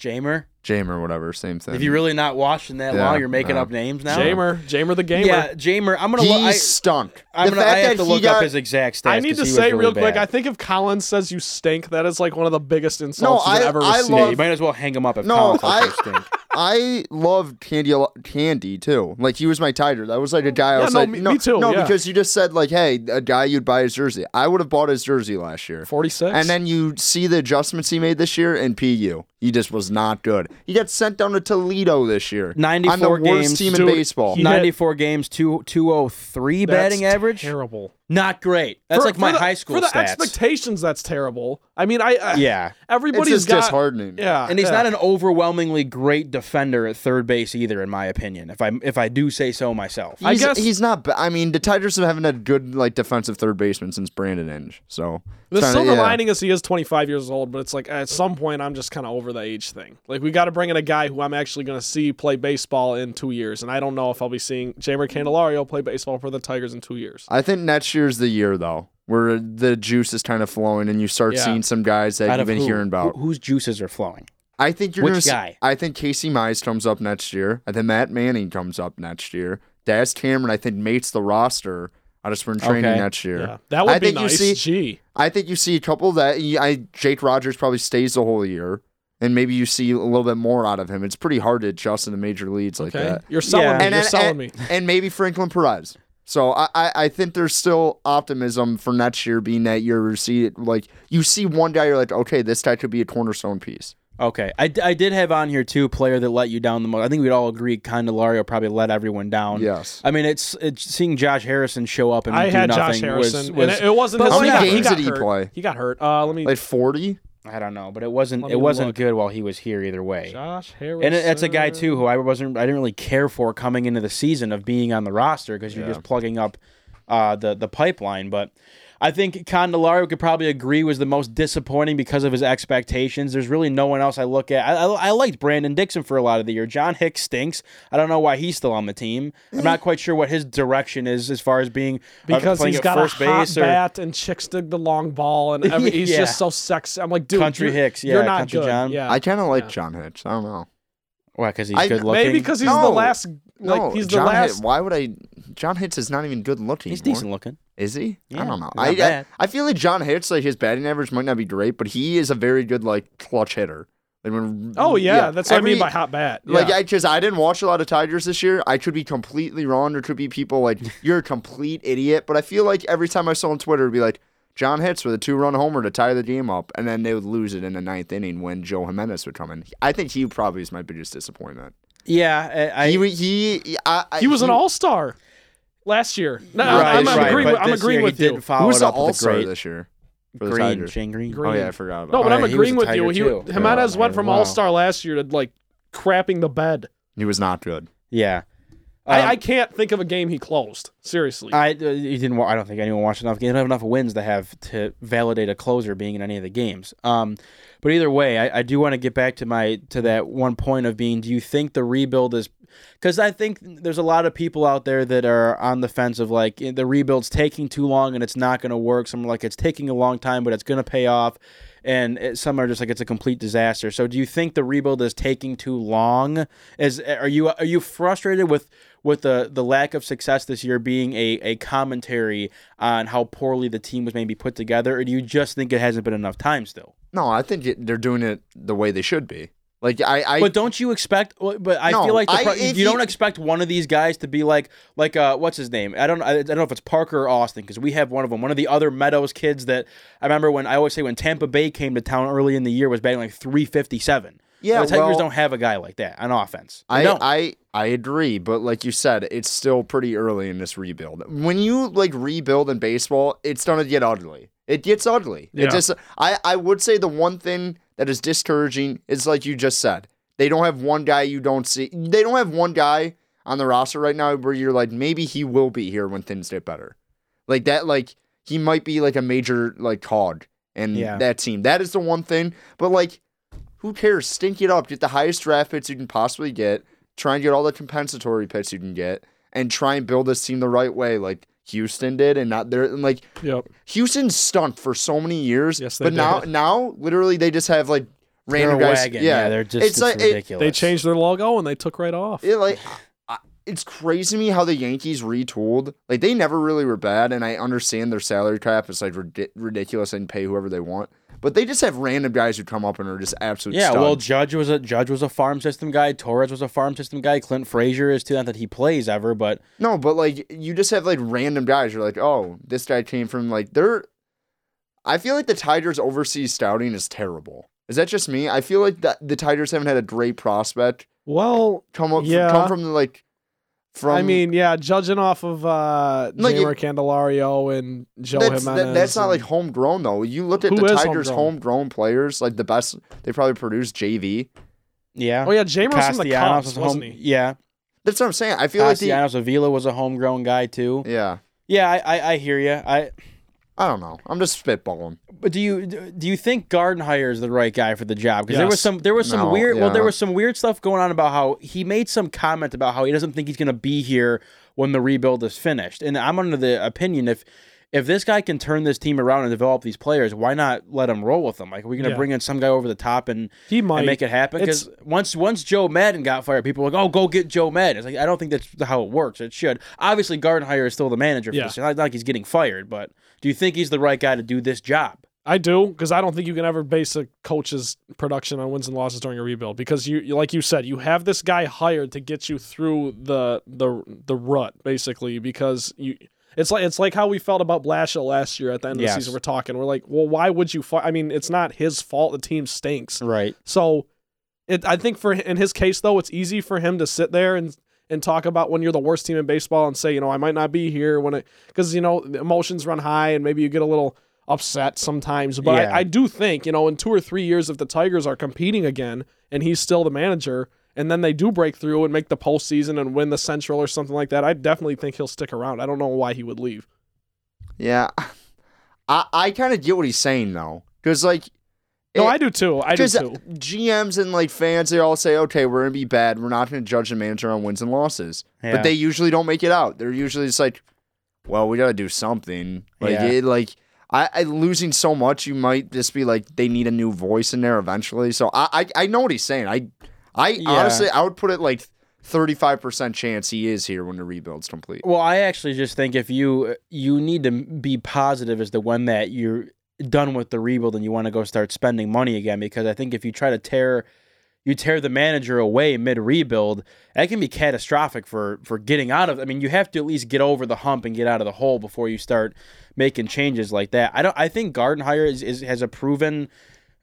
S2: Jamer,
S4: Jamer, whatever. Same thing.
S2: if you're really not watching that
S4: Yeah,
S2: long, you're making
S4: yeah.
S2: up names now.
S3: Jamer, Jamer the gamer.
S2: yeah, Jamer. I'm gonna.
S4: he
S2: lo- I,
S4: stunk.
S2: I'm
S4: the
S2: gonna.
S4: fact
S2: I have
S4: that
S2: to
S4: he
S2: look
S4: got,
S2: up his exact stats.
S3: I need
S2: 'cause
S3: to
S2: he was
S3: say
S2: really
S3: real quick.
S2: bad.
S3: I think if Colin says you stink, that is like one of the biggest
S4: No,
S3: insults
S4: I,
S3: you've ever
S4: I
S3: received.
S2: yeah, you
S4: love
S2: might as well hang him up. If
S4: No,
S2: Collins says
S4: I-
S2: they stink.
S4: I love Candy a lo- Candy too. Like he was my tiger. That was like a guy I
S3: Yeah,
S4: was
S3: no,
S4: like,
S3: me-
S4: no,
S3: me too,
S4: No,
S3: yeah.
S4: because you just said like, hey, a guy you'd buy his jersey. I would have bought his jersey last year.
S3: 46.
S4: And then you see the adjustments he made this year in PU. He just was not good. He got sent down to Toledo this year. on the
S2: 94
S4: worst
S2: games.
S4: team
S3: Dude,
S4: in baseball.
S3: he-
S2: 94 games, two two oh three
S3: That's
S2: batting average.
S3: Terrible.
S2: Not great. That's
S3: For-
S2: like
S3: for
S2: my
S3: the-
S2: high school
S3: for the
S2: stats.
S3: expectations. That's terrible. I mean, I, I
S2: yeah,
S4: it's
S3: everybody's
S4: just
S3: got
S4: disheartening.
S3: yeah,
S2: and he's
S3: yeah.
S2: not an overwhelmingly great defender at third base either, in my opinion. If I if I do say so myself.
S4: He's,
S3: I guess-
S4: he's not. ba- I mean, the Tigers haven't had good like defensive third baseman since Brandon Inge. So
S3: The
S4: Kinda-
S3: silver
S4: yeah.
S3: lining is he is 25 years old, but it's like at some point I'm just kind of over the age thing. Like we got to bring in a guy who I'm actually going to see play baseball in two years, and I don't know if I'll be seeing Jamer Candelario play baseball for the Tigers in two years.
S4: I think next year's the year though, where the juice is kind of flowing and you start
S3: Yeah.
S4: seeing some guys that
S2: Out
S4: you've
S2: of
S4: been
S2: who?
S4: hearing about.
S2: Who- whose juices are flowing.
S4: I think you're
S2: Which
S4: gonna see-
S2: guy?
S4: I think Casey Mize comes up next year. I think Matt Manning comes up next year. Daz Cameron, I think, mates the roster out of spring training
S2: Okay.
S4: next year.
S3: Yeah, that would
S4: I
S3: be
S4: think you
S3: nice.
S4: see-
S3: Gee,
S4: I think you see a couple of that. you- I Jake Rogers probably stays the whole year, and maybe you see a little bit more out of him. It's pretty hard to adjust in the major leagues like
S3: okay,
S4: that.
S3: you're selling
S2: Yeah.
S3: me.
S4: And,
S3: you're
S4: and-
S3: selling
S4: and-
S3: me.
S4: and maybe Franklin Perez. So I, I, I think there's still optimism for next year being that year. where You see, it, like you see one guy, you're like, okay, this guy could be a cornerstone piece.
S2: Okay, I, d- I did have on here too player that let you down the most. I think we'd all agree Condelario probably let everyone down.
S4: Yes.
S2: I mean it's, it's seeing Josh Harrison show up and
S3: I
S2: do
S3: had
S2: nothing
S3: Josh Harrison.
S2: was, was
S3: and it, it wasn't
S2: But
S3: his
S2: how many
S3: fault. he
S4: games
S3: got
S4: did he
S3: hurt.
S4: play?
S3: He got hurt. Uh, let me.
S4: Like 40?
S2: I don't know, but it wasn't
S3: Let
S2: it
S3: me
S2: wasn't
S3: look.
S2: good while he was here either way.
S3: Josh Harrison.
S2: And it- that's a guy too who I wasn't I didn't really care for coming into the season of being on the roster because you're
S4: Yeah.
S2: just plugging up uh, the the pipeline. But I think Condelario could probably agree was the most disappointing because of his expectations. There's really no one else I look at. I, I, I liked Brandon Dixon for a lot of the year. John Hicks stinks. I don't know why he's still on the team. I'm not quite sure what his direction is as far as being uh,
S3: Because
S2: playing
S3: he's
S2: at
S3: got
S2: first
S3: a hot
S2: base or
S3: bat and chicks dig the long ball and every, he's
S2: Yeah.
S3: just so sexy. I'm like, dude,
S2: Country
S3: you're,
S2: Hicks, yeah,
S3: you're not
S2: Country
S3: good.
S2: John.
S3: Yeah,
S4: I kind of like John Hitch. I don't know.
S2: why because he's
S4: I-
S2: good looking.
S3: maybe because he's the
S4: No.
S3: last. Like
S4: no,
S3: he's the
S4: John
S3: last.
S4: Hitch, why would I? John Hitch is not even good looking.
S2: he's
S4: anymore.
S2: decent looking.
S4: Is he?
S2: Yeah,
S4: I don't know.
S2: he's not
S4: I, I
S2: bad.
S4: I feel like John Hitch, like his batting average might not be great, but he is a very good like clutch hitter. Like, when-
S3: Oh yeah, that's what I mean
S4: Every-
S3: by hot bat.
S4: Like
S3: Yeah.
S4: I just I didn't watch a lot of Tigers this year. I could be completely wrong. There could be people like you're a complete idiot. But I feel like every time I saw on Twitter, it'd be like John Hitch with a two-run homer to tie the game up, and then they would lose it in the ninth inning when Joe Jimenez would come in. I think he probably is my biggest disappointment.
S2: Yeah, I, I,
S4: he he I, I,
S3: he was an
S4: he-
S3: all star last year. No,
S4: Right,
S3: I'm, I'm
S4: right,
S3: agreeing.
S2: but
S3: with, I'm
S2: this year
S3: agreeing
S2: he
S3: with you.
S2: didn't follow
S4: Who was
S2: it
S4: the
S2: up with a
S4: All Star
S2: great-
S4: this year for the
S2: Green,
S4: Tigers?
S2: Shane Green.
S4: Oh
S3: Green.
S4: yeah, I forgot. About
S3: No, but
S2: Oh,
S4: that.
S3: I'm
S2: yeah, he was
S3: agreeing
S2: a
S3: with you.
S2: Tiger,
S3: He,
S2: too.
S3: Jimenez
S2: Yeah,
S3: went from
S2: wow.
S3: all star last year to like crapping the bed.
S4: he was not good.
S2: Yeah,
S3: I,
S2: Um,
S3: I can't think of a game he closed. Seriously.
S2: I uh, you didn't. wa- I don't think anyone watched enough. You don't have enough wins to have to validate a closer being in any of the games. Um, but either way, I, I do want to get back to my to that one point of being. Do you think the rebuild is? Because I think there's a lot of people out there that are on the fence of like the rebuild's taking too long and it's not going to work. Some are like it's taking a long time, but it's going to pay off. And it, some are just like it's a complete disaster. So, do you think the rebuild is taking too long? Is are you are you frustrated with with the the lack of success this year being a, a commentary on how poorly the team was maybe put together, or do you just think it hasn't been enough time still?
S4: No, I think it, they're doing it the way they should be. Like I, I
S2: but don't you expect? well, But I
S4: No,
S2: feel like the
S4: I-
S2: pro- you
S4: if
S2: don't
S4: you-
S2: expect one of these guys to be like like uh what's his name? I don't I, I don't know if it's Parker or Austin because we have one of them, one of the other Meadows kids that I remember when I always say when Tampa Bay came to town early in the year was batting like three fifty seven.
S4: Yeah,
S2: the Tigers
S4: well-
S2: don't have a guy like that on offense. They
S4: I,
S2: don't.
S4: I I agree, but like you said, it's still pretty early in this rebuild. When you like rebuild in baseball, it's gonna get ugly. It gets ugly.
S3: Yeah.
S4: It just I, I would say the one thing that is discouraging is like you just said. They don't have one guy you don't see they don't have one guy on the roster right now where you're like, maybe he will be here when things get better. Like that, like he might be like a major like cog in
S2: Yeah.
S4: that team. That is the one thing. But like, who cares? Stink it up. Get the highest draft picks you can possibly get. Try and get all the compensatory picks you can get, and try and build this team the right way, like Houston did, and not there. And like
S3: yep.
S4: Houston stunk for so many years.
S3: Yes, they
S4: but now,
S3: did.
S4: now literally they just have like
S2: they're a
S4: random guys.
S2: wagon. Yeah. they're just it's,
S4: like it-
S2: ridiculous.
S3: They changed their logo and they took right off.
S4: it like I, I- it's crazy to me how the Yankees retooled. Like they never really were bad, and I understand their salary cap is like rid- ridiculous and pay whoever they want. But they just have random guys who come up and are just absolute.
S2: Yeah, well,
S4: studs.
S2: Judge was a Judge was a farm system guy. Torres was a farm system guy. Clint Frazier is too. Not that he plays ever, but
S4: no, but like you just have like random guys. You're like, oh, this guy came from like they're. I feel like the Tigers' overseas scouting is terrible. Is that just me? I feel like that the Tigers haven't had a great prospect
S3: Well,
S4: come up
S3: Yeah.
S4: come from the like from
S3: I mean, yeah, judging off of uh,
S4: Like,
S3: Jamer
S4: it-
S3: Candelario and Joe
S4: that's, that-
S3: Jimenez.
S4: that's not
S3: and-
S4: like homegrown though. You look at
S3: Who
S4: the
S3: is
S4: Tigers'
S3: homegrown?
S4: homegrown? players, like the best they probably produce JV.
S2: yeah.
S3: Oh yeah, Jamer was from the
S2: Castellanos
S3: Cubs,
S2: a
S3: wasn't
S2: home.
S3: he?
S2: Yeah,
S4: That's what I'm saying. I feel like the
S2: Castellanos Avila was a homegrown guy too.
S4: yeah.
S2: Yeah, I, I, I hear you. I
S4: I don't know. I'm just spitballing.
S2: but do you do you think Gardenhire is the right guy for the job? Because there
S3: Yes.
S2: was some there was some
S4: No,
S2: weird well there
S4: yeah.
S2: was some weird stuff going on about how he made some comment about how he doesn't think he's going to be here when the rebuild is finished. And I'm under the opinion if if this guy can turn this team around and develop these players, why not let him roll with them? Like, are we going to
S3: Yeah.
S2: bring in some guy over the top and
S3: He might.
S2: and make it happen because once once Joe Madden got fired, people were like, "Oh, go get Joe Madden." It's like I don't think that's how it works. It should obviously Gardenhire is still the manager. For
S3: Yeah.
S2: this. It's Not like he's getting fired, but do you think he's the right guy to do this job?
S3: I do because I don't think you can ever base a coach's production on wins and losses during a rebuild because you, you- like you said, you have this guy hired to get you through the the the rut basically because you It's like it's like how we felt about Blashill last year at the end of
S2: Yes.
S3: the season. We're talking. We're like, well, why would you? Fi-? I mean, it's not his fault. The team stinks.
S2: Right.
S3: So, it I think for in his case though, it's easy for him to sit there and and talk about when you're the worst team in baseball and say, you know, I might not be here when it because you know the emotions run high and maybe you get a little upset sometimes. But
S2: Yeah.
S3: I, I do think you know in two or three years if the Tigers are competing again and he's still the manager. And then they do break through and make the postseason and win the Central or something like that. I definitely think he'll stick around. I don't know why he would leave.
S4: Yeah, I I kind of get what he's saying though, because like,
S3: No,
S4: it-
S3: I do too. I do
S4: Because
S3: too.
S4: GMs and like fans, they all say, "Okay, we're gonna be bad. We're not gonna judge the manager on wins and losses."
S2: Yeah.
S4: But they usually don't make it out. They're usually just like, "Well, we gotta do something." Like,
S2: Yeah.
S4: it, like I, I losing so much, you might just be like, "They need a new voice in there eventually." So I, I, I know what he's saying. I, I honestly, I would put it like thirty-five percent chance he is here when the rebuild's complete.
S2: Well, I actually just think if you you need to be positive as to when that you're done with the rebuild and you want to go start spending money again because I think if you try to tear you tear the manager away mid rebuild, that can be catastrophic for for getting out of I mean, you have to at least get over the hump and get out of the hole before you start making changes like that. I don't I think Gardenhire is, is has a proven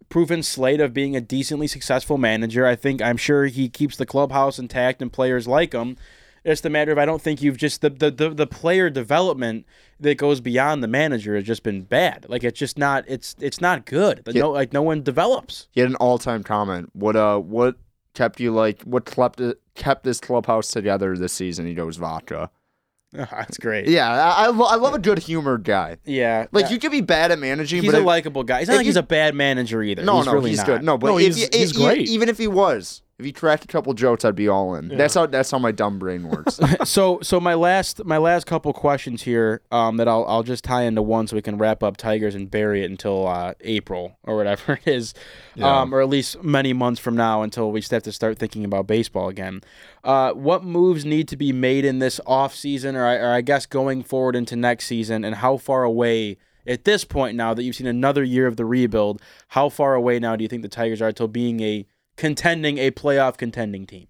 S2: proven slate of being a decently successful manager. I think I'm sure he keeps the clubhouse intact and players like him. It's the matter of I don't think you've just the the, the the player development that goes beyond the manager has just been bad. Like it's just not it's it's not good. But No like no one develops.
S4: He had an all-time comment. What, uh, what kept you like? What kept kept this clubhouse together this season? He goes vodka.
S2: That's great. Yeah.
S4: Yeah, I, I, lo- I love a good humored guy.
S2: Yeah.
S4: Like you could be bad at managing,
S2: he's
S4: but
S2: a
S4: if-
S2: likable guy. It's not
S4: if
S2: like he's
S4: you-
S2: a bad manager either.
S4: no,
S2: he's
S4: no,
S2: really
S4: he's
S2: not.
S4: good. No, but
S3: No,
S4: if,
S3: he's-
S4: he-
S3: he's
S4: e- e-
S3: great.
S4: even if he was, if he cracked a couple jokes, I'd be all in. That's how that's how my dumb brain works.
S2: so so my last my last couple questions here um, that I'll I'll just tie into one so we can wrap up Tigers and bury it until uh, April or whatever it is, um, or at least many months from now until we have to start thinking about baseball again. Uh, what moves need to be made in this off season, or I, or I guess going forward into next season, and how far away? At this point now that you've seen another year of the rebuild, how far away now do you think the Tigers are till being a contending, a playoff contending team?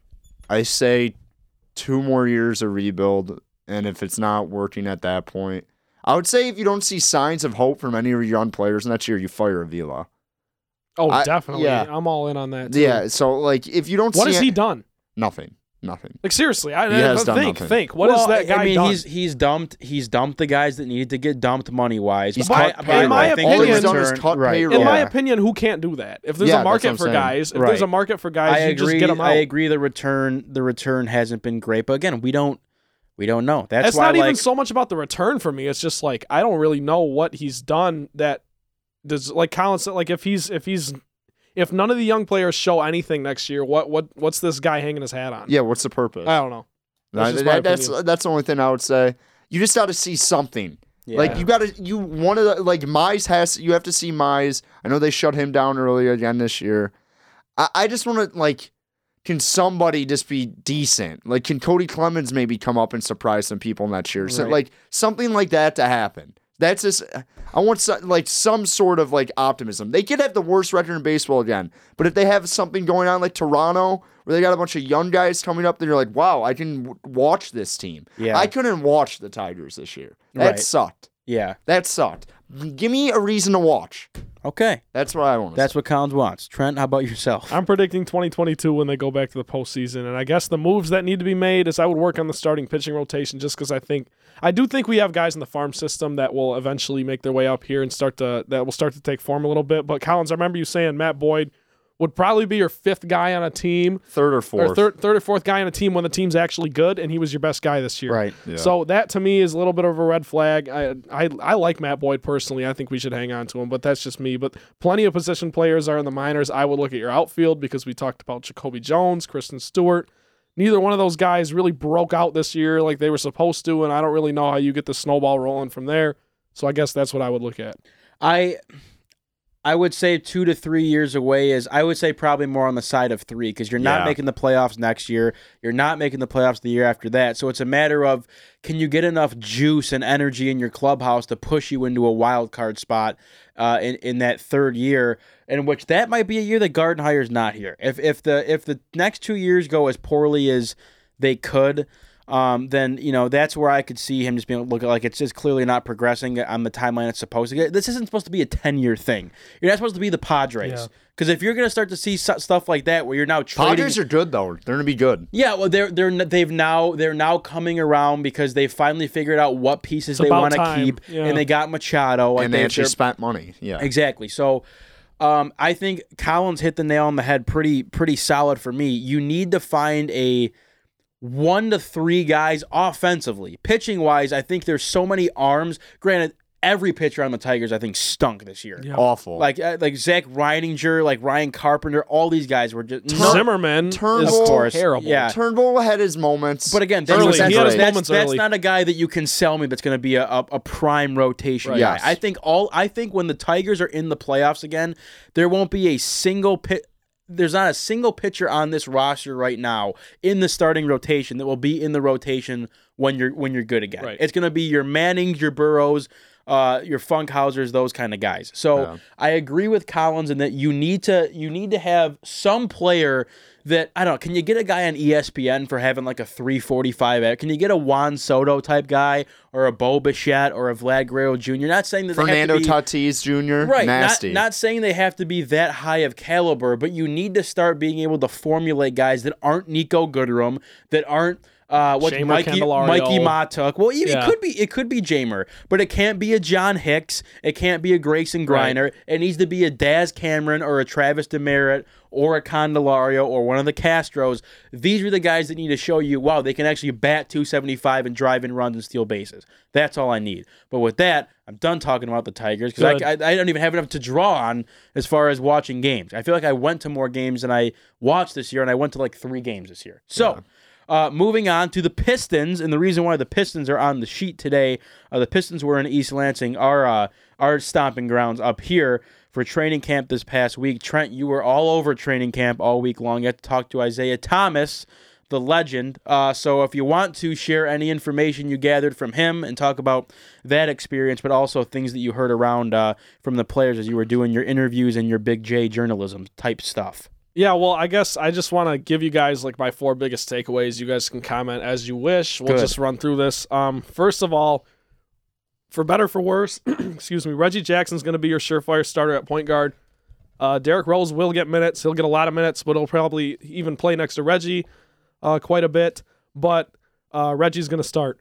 S4: I say two more years of rebuild, and if it's not working at that point, I would say if you don't see signs of hope from any of your young players next year, you fire Avila.
S3: Oh,
S4: I-
S3: definitely.
S4: yeah.
S3: I'm all in on that. too.
S4: Yeah, so like if you don't
S3: What
S4: see
S3: has
S4: a-
S3: he done?
S4: nothing, nothing.
S3: Like seriously, I,
S4: He has
S3: I-
S4: done
S3: think
S4: nothing.
S3: think what has
S2: Well,
S3: that guy
S2: I mean,
S3: done?
S2: he's he's dumped. He's dumped the guys that needed to get dumped money wise.
S4: He's
S2: but,
S4: cut
S2: but
S3: payroll.
S2: I think
S3: All
S2: the
S3: he's done
S4: is
S2: return-
S4: cut
S2: right,
S4: payroll.
S3: In my
S2: yeah.
S3: opinion, who can't do that? If there's
S4: Yeah,
S3: a
S4: that's what
S3: market
S4: I'm
S3: for
S4: saying.
S3: guys, if
S2: Right.
S3: there's a market for guys,
S2: I
S3: you just get
S2: agree.
S3: them out.
S2: I agree. The return the return hasn't been great, but again, we don't we don't know. That's
S3: it's
S2: why
S3: not
S2: like
S3: even so much about the return for me. It's just like I don't really know what he's done that does like Colin said. Like if he's if he's if none of the young players show anything next year, what what what's this guy hanging his hat on?
S4: Yeah, what's the purpose?
S3: I don't know. That's
S4: That-
S3: just my
S4: that- that's
S3: opinion.
S4: that's the only thing I would say. You just got to see something.
S2: Yeah.
S4: Like you got to you one of the like Mize has you have to see Mize. I know they shut him down earlier again this year. I, I just want to like can somebody just be decent? Like can Cody Clemens maybe come up and surprise some people next year? So
S3: Right.
S4: like something like that to happen. That's just I want so, like some sort of like optimism. They could have the worst record in baseball again, but if they have something going on like Toronto, where they got a bunch of young guys coming up, then you're like, wow, I can w- watch this team.
S2: Yeah.
S4: I couldn't watch the Tigers this year. That
S2: Right.
S4: sucked.
S2: yeah.
S4: That sucked. Give me a reason to watch.
S2: Okay,
S4: That's what I want.
S2: that's what Collins wants. Trent, how about yourself?
S3: I'm predicting 2022 when they go back to the postseason, and I guess the moves that need to be made is I would work on the starting pitching rotation just because I think I do think we have guys in the farm system that will eventually make their way up here and start to that will start to take form a little bit. But Collins, I remember you saying Matt Boyd would probably be your fifth guy on a team
S4: third or fourth.
S3: or third third or fourth guy on a team when the team's actually good, and he was your best guy this year.
S2: right.
S3: So that to me is a little bit of a red flag. I, I I like Matt Boyd personally. I think we should hang on to him, but that's just me. But plenty of position players are in the minors. I would look at your outfield because we talked about Jacoby Jones, Kristen Stewart. Neither one of those guys really broke out this year like they were supposed to, and I don't really know how you get the snowball rolling from there. So I guess that's what I would look at.
S2: I I would say two to three years away is I would say probably more on the side of three because you're not
S4: Yeah.
S2: making the playoffs next year. You're not making the playoffs the year after that. So it's a matter of can you get enough juice and energy in your clubhouse to push you into a wild card spot uh, in in that third year, in which that might be a year that Garden Hire's not here. If if the if the next two years go as poorly as they could. um, then you know that's where I could see him just being look like it's just clearly not progressing on the timeline it's supposed to get. This isn't supposed to be a ten year thing. You're not supposed to be the
S5: Yeah.
S2: Padres because if you're gonna start to see su- stuff like that where you're now trading,
S4: Padres are good though. They're gonna be good.
S2: yeah, well they're they're n- they've now they're now coming around because they finally figured out what pieces they
S5: about
S2: want to
S5: time.
S2: keep
S5: Yeah.
S2: and they got Machado I
S4: And they
S2: think
S4: actually
S2: they're-
S4: spent money. Yeah.
S2: Exactly. So um, I think Collins hit the nail on the head pretty pretty solid for me. You need to find a one to three guys offensively. Pitching wise, I think there's so many arms. Granted, every pitcher on the Tigers I think stunk this year.
S5: Yeah.
S4: Awful.
S2: Like uh, like Zach Reininger, like Ryan Carpenter, all these guys were just
S4: Tur-
S3: Zimmerman
S4: Turnbull-
S3: is
S4: Of course,
S3: terrible.
S2: yeah.
S4: Turnbull had his moments.
S2: But again, that's,
S3: Early.
S2: that's,
S4: He had his
S2: that's-
S3: moments
S2: that's
S3: early.
S2: not a guy that you can sell me. That's going to be a, a, a prime rotation
S4: Right.
S2: guy.
S4: Yes.
S2: I think all I think when the Tigers are in the playoffs again, there won't be a single pit. There's not a single pitcher on this roster right now in the starting rotation that will be in the rotation when you're when you're good again.
S3: Right.
S2: It's going to be your Mannings, your Burrows, uh, your Funkhausers, those kind of guys. So
S4: Yeah.
S2: I agree with Collins in that you need to you need to have some player that I don't know. Can you get a guy on E ESPN for having like a 345? ad? Can you get a Juan Soto type guy or a Bo Bichette or a Vlad Guerrero Jr.? Not saying that
S4: Fernando
S2: they have to be,
S4: Tatis Jr.
S2: Right, not-
S4: nasty.
S2: Not, saying they have to be that high of caliber, but you need to start being able to formulate guys that aren't Nico Goodrum, that aren't uh, what
S3: Jamer
S2: Mikey
S3: Candelario.
S2: Mikey Matuk. Well, it,
S3: Yeah.
S2: it could be it could be Jamer, but it can't be a John Hicks. It can't be a Grayson
S3: Right.
S2: Griner. It needs to be a Daz Cameron or a Travis Demerit or a Candelario or one of the Castros. These are the guys that need to show you, wow, they can actually bat 275 and drive in runs and steal bases. That's all I need. But with that, I'm done talking about the Tigers because
S5: Good.
S2: I, I, I don't even have enough to draw on as far as watching games. I feel like I went to more games than I watched this year, and I went to like three games this year. So. Uh, moving on to the Pistons, and the reason why the Pistons are on the sheet today, uh, the Pistons were in East Lansing, our uh, our stomping grounds up here for training camp this past week. Trent, you were all over training camp all week long. You had to talk to Isaiah Thomas, the legend. Uh, so if you want to share any information you gathered from him and talk about that experience, but also things that you heard around uh, from the players as you were doing your interviews and your Big J journalism type stuff.
S3: Yeah, well, I guess I just want to give you guys like my four biggest takeaways. You guys can comment as you wish. We'll
S2: Good.
S3: just run through this. Um, first of all, for better for worse, excuse me, Reggie Jackson's going to be your surefire starter at point guard. Uh, Derek Rose will get minutes. He'll get a lot of minutes, but he'll probably even play next to Reggie uh, quite a bit. But uh, Reggie's going to start.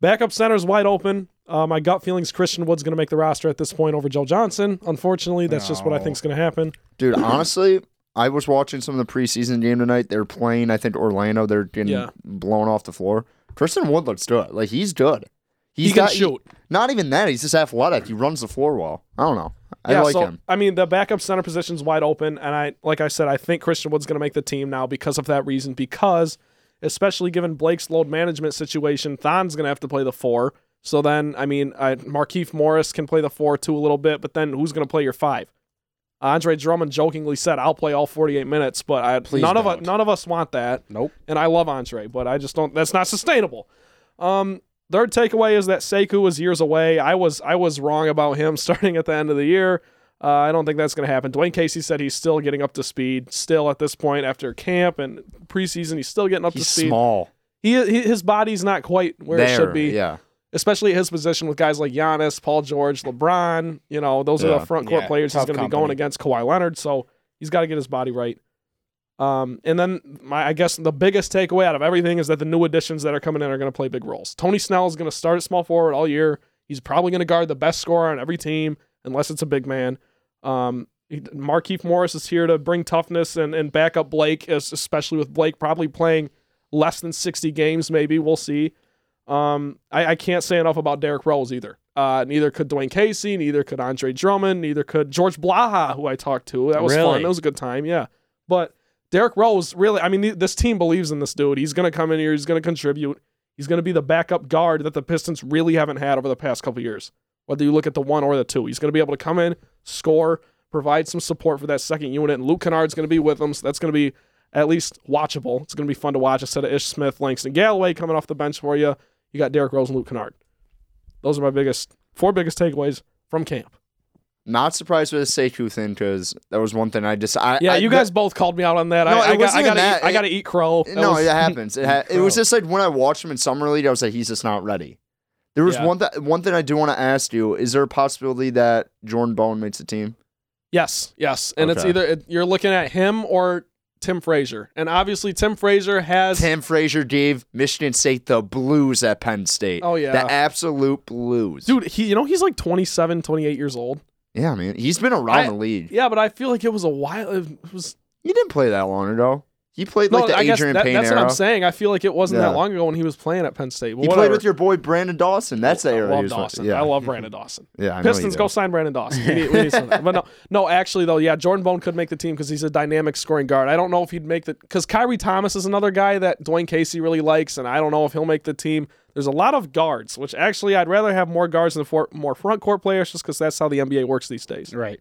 S3: Backup center's wide open. Uh, my gut feeling's Christian Wood's going to make the roster at this point over Joe Johnson. Unfortunately, that's just what I
S2: No.
S3: think's going to happen.
S4: Dude, honestly, I was watching some of the preseason game tonight. They're playing, I think, Orlando. They're getting
S3: Yeah.
S4: blown off the floor. Kristen Wood looks good. Like he's good. He's
S3: He can
S4: got-
S3: shoot.
S4: not even that. He's just athletic. He runs the floor well. I don't know. I like him.
S3: I mean, the backup center position's wide open, and I, like I said, I think Christian Wood's going to make the team now because of that reason. Because, especially given Blake's load management situation, Thon's going to have to play the four. So then, I mean, I, Markeith Morris can play the four too a little bit, but then who's going to play your five? Andre Drummond jokingly said, "I'll play all 48 minutes," but I,
S2: Please
S3: none of
S2: don't.
S3: us, none of us want that.
S2: Nope.
S3: And I love Andre, but I just don't. That's not sustainable. Um, third takeaway is that Sekou was years away. I was I was wrong about him starting at the end of the year. Uh, I don't think that's going to happen. Dwayne Casey said he's still getting up to speed. Still at this point after camp and preseason, he's still getting up
S4: He's
S3: to speed.
S4: small.
S3: He, he his body's not quite where it
S4: there,
S3: should be,
S4: Yeah.
S3: especially at his position with guys like Giannis, Paul George, LeBron. You know, those are
S4: Yeah.
S3: the front court
S2: Yeah,
S3: players he's
S2: tough
S3: going to be
S2: company.
S3: going against Kawhi Leonard. So he's got to get his body right. Um, and then my, I guess the biggest takeaway out of everything is that the new additions that are coming in are going to play big roles. Tony Snell is going to start at small forward all year. He's probably going to guard the best scorer on every team, unless it's a big man. Um, he- Markieff Morris is here to bring toughness and, and back up Blake, es- especially with Blake probably playing less than 60 games, maybe. We'll see. Um, I, I can't say enough about Derrick Rose either. Uh, neither could Dwayne Casey, neither could Andre Drummond, neither could George Blaha, who I talked to. That was fun.
S2: Really?
S3: That was a good time. Yeah. But Derrick Rose, really, I mean, th- this team believes in this dude. He's going to come in here. He's going to contribute. He's going to be the backup guard that the Pistons really haven't had over the past couple years. Whether you look at the one or the two, he's going to be able to come in, score, provide some support for that second unit. And Luke Kennard's going to be with him, so that's going to be at least watchable. It's going to be fun to watch instead of Ish Smith, Langston Galloway coming off the bench for you. You got Derrick Rose and Luke Kennard. Those are my biggest four biggest takeaways from camp.
S4: Not surprised with the Sekou thing because that was one thing I just I
S3: Yeah,
S4: I-
S3: you guys both called me out on that.
S4: No,
S3: I,
S4: it
S3: I, got,
S4: wasn't
S3: I,
S4: even
S3: gotta
S4: that.
S3: Eat, I
S4: It-
S3: gotta eat crow. That
S4: no,
S3: was-
S4: it happens. It, ha- it was just like when I watched him in summer league, I was like, he's just not ready. There was
S3: Yeah.
S4: one that one thing I do want to ask you: Is there a possibility that Jordan Bowen makes the team?
S3: Yes, yes, and it's
S4: Okay.
S3: either it, you're looking at him or Tim Frazier, and obviously Tim Frazier has.
S4: Tim Frazier gave Michigan State the blues at Penn State.
S3: Oh, yeah.
S4: the absolute blues,
S3: Dude, he you know he's like 27, 28 years old.
S4: Yeah, man, he's been around
S3: I-
S4: the league.
S3: Yeah, but I feel like it was a while. It was
S4: He didn't play that long ago. He played
S3: no,
S4: like the
S3: I guess
S4: Adrian
S3: that,
S4: Payne
S3: that's
S4: era.
S3: what I'm saying. I feel like it wasn't
S4: Yeah.
S3: that long ago when he was playing at Penn State. But
S4: He played
S3: whatever.
S4: with your boy Brandon Dawson. That's the
S3: I
S4: era. he
S3: love
S4: was with-
S3: Dawson. I
S4: Yeah,
S3: love Brandon Dawson.
S4: yeah. I know you
S3: Pistons
S4: do.
S3: go sign Brandon Dawson. We need, we need something. But no, no, actually though, yeah, Jordan Bone could make the team because he's a dynamic scoring guard. I don't know if he'd make the because Kyrie Thomas is another guy that Dwayne Casey really likes, and I don't know if he'll make the team. There's a lot of guards, which actually I'd rather have more guards than for, more front court players, just because that's how the NBA works these days.
S2: Right.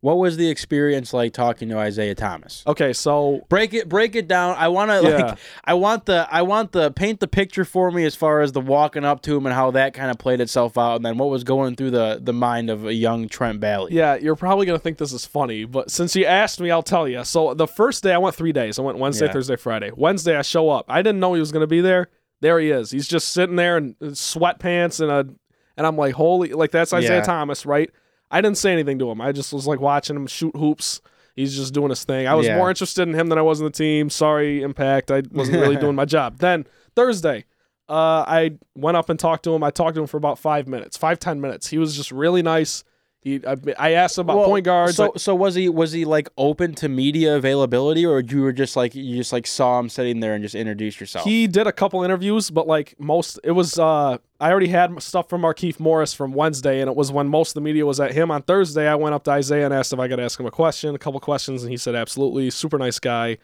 S2: What was the experience like talking to Isaiah Thomas?
S3: Okay, so
S2: Break it break it down. I want to
S3: Yeah.
S2: like I want the I want the paint the picture for me as far as the walking up to him and how that kind of played itself out and then what was going through the the mind of a young Trent Bailey.
S3: Yeah, you're probably gonna think this is funny, but since you asked me, I'll tell you. So the first day I went three days. I went Wednesday,
S2: Yeah.
S3: Thursday, Friday. Wednesday I show up. I didn't know he was gonna be there. There he is. He's just sitting there in sweatpants and a, and I'm like, holy, like that's Isaiah
S2: Yeah.
S3: Thomas, right? I didn't say anything to him. I just was like watching him shoot hoops. He's just doing his thing. I was
S2: Yeah.
S3: more interested in him than I was in the team. Sorry, Impact. I wasn't really doing my job. Then Thursday, uh, I went up and talked to him. I talked to him for about five minutes, five ten minutes. He was just really nice. He, I, I asked him about
S2: Well,
S3: point guards.
S2: So
S3: I-
S2: so was he was he like open to media availability or you were just like you just like saw him sitting there and just introduced yourself?
S3: he did a couple interviews, but like most, it was. Uh, I already had stuff from Markeith Morris from Wednesday, and it was when most of the media was at him on Thursday. I went up to Isaiah and asked if I could ask him a question, a couple questions, and he said absolutely. Super nice guy.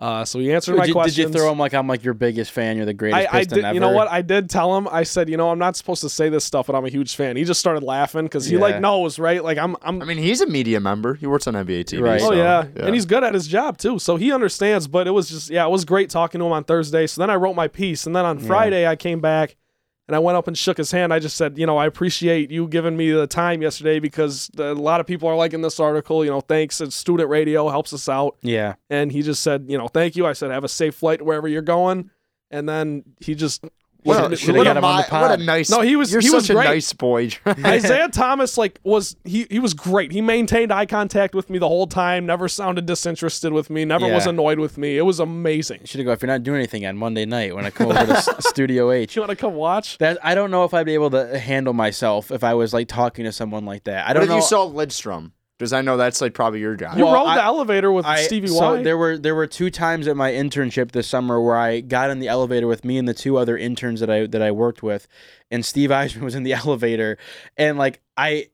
S3: Uh, so he answered
S2: Did
S3: my
S2: you- did
S3: questions.
S2: you throw him like I'm like your biggest fan, you're the greatest
S3: I, I
S2: piston
S3: did.
S2: ever?
S3: You know what? I did tell him. I said, you know, I'm not supposed to say this stuff, but I'm a huge fan. He just started laughing because he
S4: Yeah.
S3: like knows, right? Like I'm, I'm.
S4: I mean, he's a media member. He works on NBA TV.
S2: Right.
S4: so,
S3: oh yeah. and he's good at his job too, so he understands. But it was just, yeah, it was great talking to him on Thursday. So then I wrote my piece, and then on Friday I came back and I went up and shook his hand. I just said, you know, I appreciate you giving me the time yesterday because a lot of people are liking this article. You know, thanks. It's student radio helps us out.
S2: Yeah.
S3: and he just said, you know, thank you. I said, have a safe flight wherever you're going. And then he just
S4: Well,
S2: Should've- should've
S4: what,
S2: got
S4: a
S2: him on
S4: mi-
S2: the
S4: what
S2: pod.
S4: a nice.
S3: No, he was-
S4: You're
S3: he
S4: such
S3: was
S4: a
S3: great.
S4: nice boy.
S3: Isaiah Thomas like was he he was great. He maintained eye contact with me the whole time, never sounded disinterested with me, never was
S2: Yeah.
S3: annoyed with me. It was amazing.
S2: Should have go if you're not doing anything on Monday night when I come over to S- Studio H.
S3: You want to come watch?
S2: That I don't know if I'd be able to handle myself if I was like talking to someone like that. I
S4: What
S2: don't
S4: if
S2: know.
S4: you saw Lidstrom? Because I know that's like probably your guy.
S3: You
S2: Well,
S3: rode
S2: I-
S3: the elevator with
S2: I,
S3: Stevie
S2: so
S3: Y.
S2: there were there were two times at my internship this summer where I got in the elevator with me and the two other interns that I that I worked with, and Steve Eisman was in the elevator, and like I,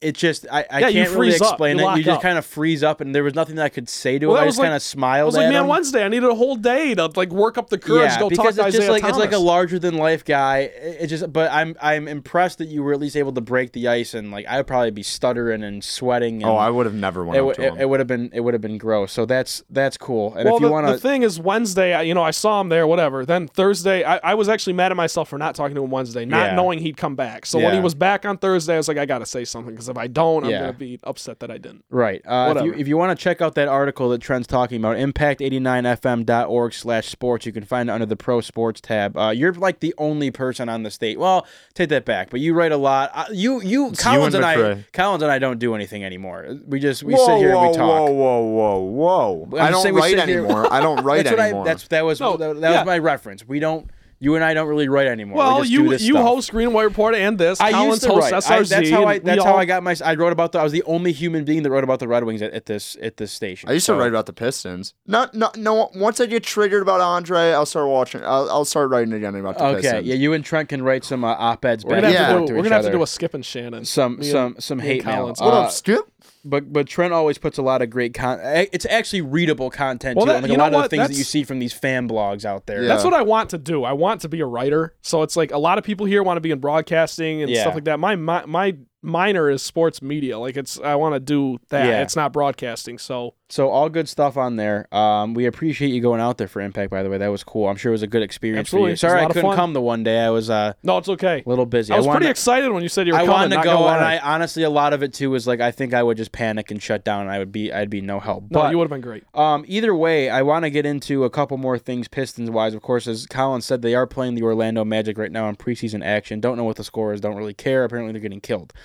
S2: it just I, I
S3: Yeah, you
S2: can't really
S3: freeze up.
S2: explain
S3: You
S2: it.
S3: lock
S2: You just
S3: up.
S2: kind of freeze up, and there was nothing that I could say to
S3: Well,
S2: him.
S3: that
S2: I
S3: was
S2: just
S3: like-
S2: kind of
S3: I
S2: smiled
S3: was like,
S2: at
S3: man,
S2: him.
S3: Wednesday, I needed a whole day to like work up the courage,
S2: yeah,
S3: go talk
S2: because
S3: to
S2: it's
S3: Isaiah
S2: just like
S3: Thomas.
S2: it's like a larger than life guy. It, it just, but I'm I'm impressed that you were at least able to break the ice, and like I'd probably be stuttering and sweating. And
S4: oh, I would have never
S2: it,
S4: went
S2: w-
S4: up to him.
S2: it, would have been it would have been gross. So that's that's cool. And
S3: well,
S2: if you
S3: the,
S2: want
S3: the thing is, Wednesday, I, you know, I saw him there, whatever. Then Thursday, I, I was actually mad at myself for not talking to him Wednesday, not
S2: Yeah.
S3: knowing he'd come back. So when he
S2: Yeah.
S3: was back on Thursday, I was like, I gotta say something because if I don't, I'm
S2: Yeah.
S3: gonna be upset that I didn't.
S2: Right. Uh, if you,
S3: Whatever.
S2: if you want to check out that article that Trent's talking about, impact89fm.org slash sports, you can find it under the pro sports tab. Uh, you're like the only person on the state. Well, take that back, but you write a lot. Uh, you, you,
S4: you
S2: Collins and,
S4: and
S2: I,
S4: McRae.
S2: Collins and I don't do anything anymore. We just, we
S4: whoa,
S2: sit here
S4: whoa,
S2: and we talk.
S4: Whoa, whoa, whoa, whoa!
S2: I'm
S4: I
S2: just
S4: don't
S2: saying we
S4: write
S2: sit here-
S4: anymore. I don't write
S2: That's what
S4: anymore.
S2: I, that's, that was,
S3: No,
S2: that, that
S3: yeah.
S2: was my reference. We don't, you and I don't really write anymore. We
S3: Well,
S2: just
S3: you
S2: do this
S3: you
S2: stuff.
S3: host Green White Report and this.
S2: I used
S3: Collins
S2: to
S3: hosts
S2: write. I,
S3: SRZ.
S2: that's how I.
S3: and we
S2: That's
S3: all-
S2: how I got my. I wrote about the. I was the only human being that wrote about the Red Wings at, at this at this station.
S4: I used to
S2: So-
S4: write about the Pistons. No, no, no. Once I get triggered about Andre, I'll start watching. I'll, I'll start writing again about the
S2: Okay,
S4: Pistons.
S2: yeah, you and Trent can write some uh, op eds
S3: We're
S2: back
S3: gonna,
S2: and
S4: Yeah.
S3: have,
S2: forth
S3: to
S2: to
S3: do, we're
S2: each
S3: gonna have to
S2: other.
S3: do a Skip and Shannon.
S2: some
S3: Me and-
S2: some some
S3: me and
S2: hate mail.
S3: Collins.
S4: What
S2: Uh,
S4: up, Skip?
S2: but but Trent always puts a lot of great con. eh, It's actually readable content
S3: Well,
S2: too,
S3: that-
S2: unlike
S3: you
S2: a
S3: know
S2: lot of
S3: what?
S2: the things that
S3: That's-
S2: you see from these fan blogs out there.
S4: Yeah.
S3: That's what I want to do. I want to be a writer. So it's like a lot of people here want to be in broadcasting and
S2: Yeah.
S3: stuff like that. My my, my minor is sports media. Like it's I want to do that.
S2: Yeah.
S3: It's not broadcasting. So
S2: So all good stuff on there. Um, we appreciate you going out there for Impact. By the way, that was cool. I'm sure it was a good experience
S3: Absolutely.
S2: for you.
S3: It was a
S2: Sorry
S3: lot
S2: I
S3: of
S2: couldn't
S3: fun.
S2: come the one day. I was uh,
S3: no, it's okay.
S2: a little busy.
S3: I was
S2: wanted,
S3: pretty excited when you said you
S2: I
S3: were coming.
S2: wanted to
S3: not
S2: go,
S3: gonna
S2: and
S3: lie.
S2: I honestly a lot of it too was like I think I would just panic and shut down. And I would be I'd be no help.
S3: no,
S2: but
S3: you would have been great.
S2: Um, either way, I want to get into a couple more things Pistons wise. Of course, as Colin said, they are playing the Orlando Magic right now in preseason action. Don't know what the score is. Don't really care. Apparently, they're getting killed.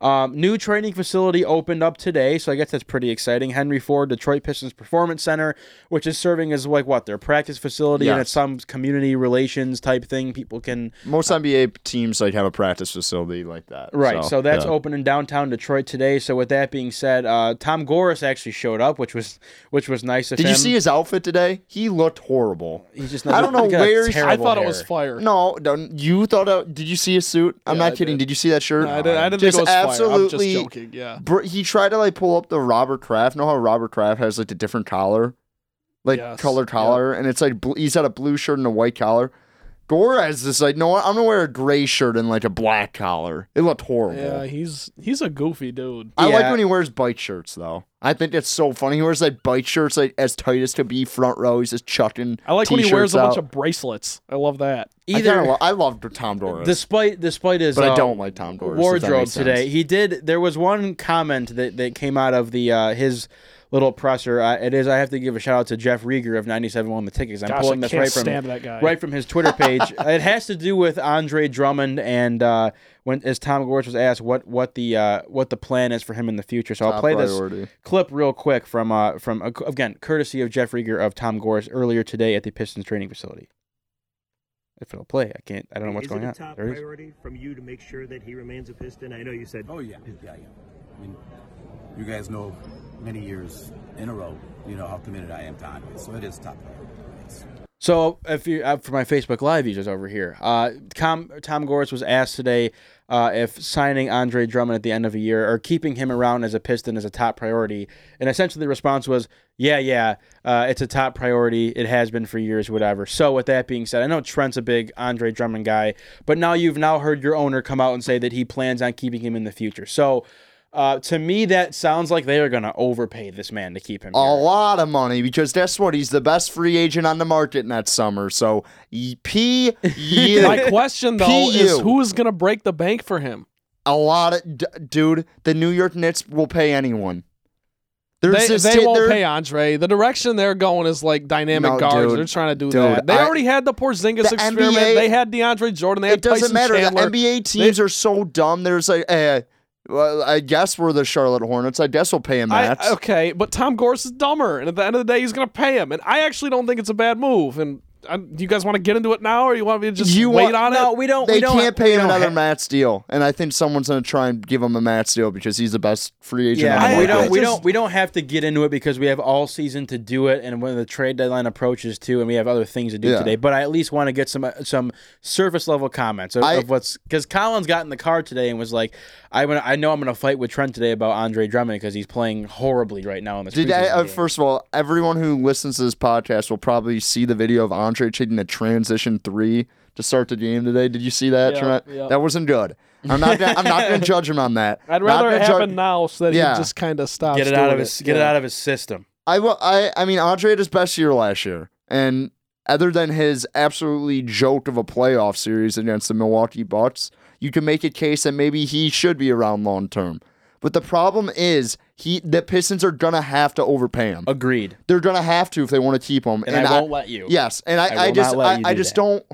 S2: Um, new training facility opened up today, so I guess that's pretty exciting. Henry Ford, Detroit Pistons Performance Center, which is serving as like what their practice facility and
S4: Yes.
S2: it's some community relations type thing. People can
S4: Most NBA teams like have a practice facility like that.
S2: Right. So, that's
S4: yeah.
S2: open in downtown Detroit today. So with that being said, uh, Tom Goris actually showed up, which was which was nice of
S4: Did
S2: him.
S4: you see his outfit today? He looked horrible.
S2: He's just
S4: I don't know
S2: he's got
S4: where he's- I
S3: I
S2: terrible
S3: thought it
S2: hair.
S3: was fire.
S4: No, don't- you thought. Out, did you see his suit? I'm
S3: Yeah,
S4: not
S3: I
S4: kidding.
S3: did.
S4: Did. you see that shirt?
S3: I didn't, I didn't
S4: Just
S3: think it was fire. I'm just
S4: absolutely-
S3: joking. Yeah.
S4: Br- he tried to like pull up the Robert Kraft. Know how Robert Kraft has like the different collar, like
S3: Yes.
S4: color collar, and it's like bl- he's got a blue shirt and a white collar. Gore has this like, no, what? I'm gonna wear a gray shirt and like a black collar. It looked horrible.
S3: Yeah, he's he's a goofy dude.
S4: I like
S2: Yeah.
S4: when he wears bike shirts though. I think that's so funny. He wears like bike shirts like as tight as to be front row. He's just chucking.
S3: I like when he wears
S4: t-shirts
S3: a bunch
S4: out.
S3: of bracelets. I love that.
S4: I,
S2: Either
S4: kinda lo- I love Tom Doris,
S2: despite despite his
S4: but I
S3: um,
S2: uh,
S4: don't like Tom Doris. if that
S2: wardrobe
S4: makes sense.
S2: today. He did. There was one comment that, that came out of the uh, his little presser. Uh, it is. I have to give a shout out to Jeff Rieger of 97 on the tickets. I'm
S3: Gosh,
S2: pulling
S3: I
S2: this
S3: can't
S2: right from
S3: stand that guy.
S2: right from his Twitter page. it has to do with Andre Drummond and uh, when as Tom Gorch was asked what what the uh, what the plan is for him in the future. So I'll
S4: Top
S2: play this
S4: priority.
S2: clip real quick from uh, from uh, again courtesy of Jeff Rieger of Tom Gorch earlier today at the Pistons training facility. If it'll play, I can't. I don't know what's
S5: is
S2: going
S5: it a
S2: on.
S5: top
S2: There it is.
S5: priority from you to make sure that he remains a Piston? I know you said.
S6: Oh yeah, yeah, yeah. I mean, you guys know many years in a row, you know how committed I am to Andre, so it is top priority. It's-
S2: So, if you uh, for my Facebook Live users over here, uh, Tom Tom Gortz was asked today uh, if signing Andre Drummond at the end of the year or keeping him around as a Piston is a top priority, and essentially the response was, "Yeah, yeah, uh, it's a top priority. It has been for years, whatever." So, with that being said, I know Trent's a big Andre Drummond guy, but now you've now heard your owner come out and say that he plans on keeping him in the future. So. Uh, to me, that sounds like they are going to overpay this man to keep him.
S4: a
S2: here.
S4: lot of money because guess what? He's the best free agent on the market in that summer. So y- P you.
S3: My question though is
S4: PU.
S3: who is gonna break the bank for him?
S4: a lot of d- dude. The New York Knicks will pay anyone. There's
S3: They,
S4: this
S3: they
S4: ti-
S3: won't
S4: there-
S3: pay Andre. The direction they're going is like dynamic
S4: No,
S3: guards.
S4: dude.
S3: they're trying to do
S4: Dude,
S3: that. They
S4: I-
S3: already had the Porzingis
S4: The
S3: experiment.
S4: NBA
S3: they had DeAndre Jordan. They had
S4: It doesn't
S3: Tyson
S4: matter.
S3: Chandler.
S4: The NBA teams are so dumb. There's like, eh, well, I guess we're the Charlotte Hornets. I guess we'll pay him
S3: I-
S4: that.
S3: okay, but Tom Gorse is dumber, and at the end of the day, he's going to pay him. And I actually don't think it's a bad move. And I, do you guys want to get into it now, or you want me to just
S4: You
S3: wait
S4: want-
S3: on
S2: no,
S3: it?
S2: we don't.
S4: They
S2: we don't,
S4: can't pay
S2: we
S4: him
S2: don't
S4: another
S2: ha-
S4: Matt's deal, and I think someone's gonna try and give him a Matt's deal because he's the best free agent. on the
S2: Yeah,
S3: I-
S2: we
S4: market.
S2: don't we
S3: just-
S2: don't we don't have to get into it because we have all season to do it, and when the trade deadline approaches too, and we have other things to do
S4: Yeah.
S2: today. But I at least want to get some uh, some surface level comments of,
S4: I-
S2: of what's because Collins got in the car today and was like, I wanna, I know I'm going to fight with Trent today about Andre Drummond because he's playing horribly right now in this.
S4: Did I,
S2: preseason
S4: uh,
S2: game.
S4: first of all, everyone who listens to this podcast will probably see the video of Andre taking the transition three to start the game today. Did you see that?
S3: Yeah,
S4: Trent?
S3: yeah.
S4: That wasn't good. I'm not. Gonna, I'm not going to judge him on that.
S3: I'd
S4: Not
S3: rather it
S4: gonna judge-
S3: happen now so that
S4: Yeah.
S3: he just kind of stops.
S2: get it out
S3: doing
S2: of his get it out of his system.
S4: I will. I. I mean, Andre had his best year last year, and other than his absolutely joke of a playoff series against the Milwaukee Bucks, you can make a case that maybe he should be around long term. But the problem is, he the Pistons are gonna have to overpay him.
S2: Agreed.
S4: They're gonna have to if they want to keep him.
S2: And I won't let you.
S4: Yes, and I,
S2: I
S4: I,
S2: will
S4: just
S2: not let
S4: I,
S2: you
S4: I
S2: do
S4: just
S2: that.
S4: don't.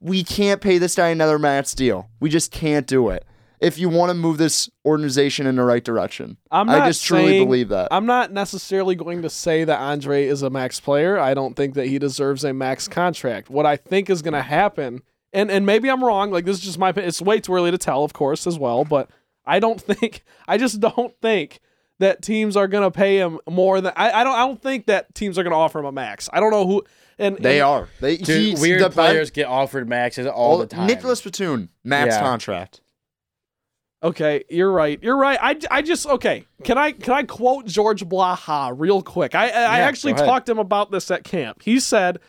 S4: We can't pay this guy another Matt's deal. We just can't do it. If you want to move this organization in the right direction,
S3: I'm
S4: I
S3: not
S4: just truly
S3: saying-
S4: believe that.
S3: I'm not necessarily going to say that Andre is a max player. I don't think that he deserves a max contract. What I think is going to happen, and and maybe I'm wrong. Like this is just my. opinion. It's way too early to tell, of course, as well. But I don't think. I just don't think that teams are going to pay him more than. I, I don't. I don't think that teams are going to offer him a max. I don't know who. And
S4: they
S3: and-
S4: are. They
S2: Dude,
S4: he's
S2: weird
S4: the
S2: players get offered maxes all, the time.
S4: Nicholas Platoon, Matt's
S2: Yeah.
S4: contract.
S3: Okay, you're right. You're right. I, I just okay. Can I can I quote George Blaha real quick? I I, I
S2: Yeah,
S3: actually
S2: go ahead.
S3: talked to him about this at camp. He said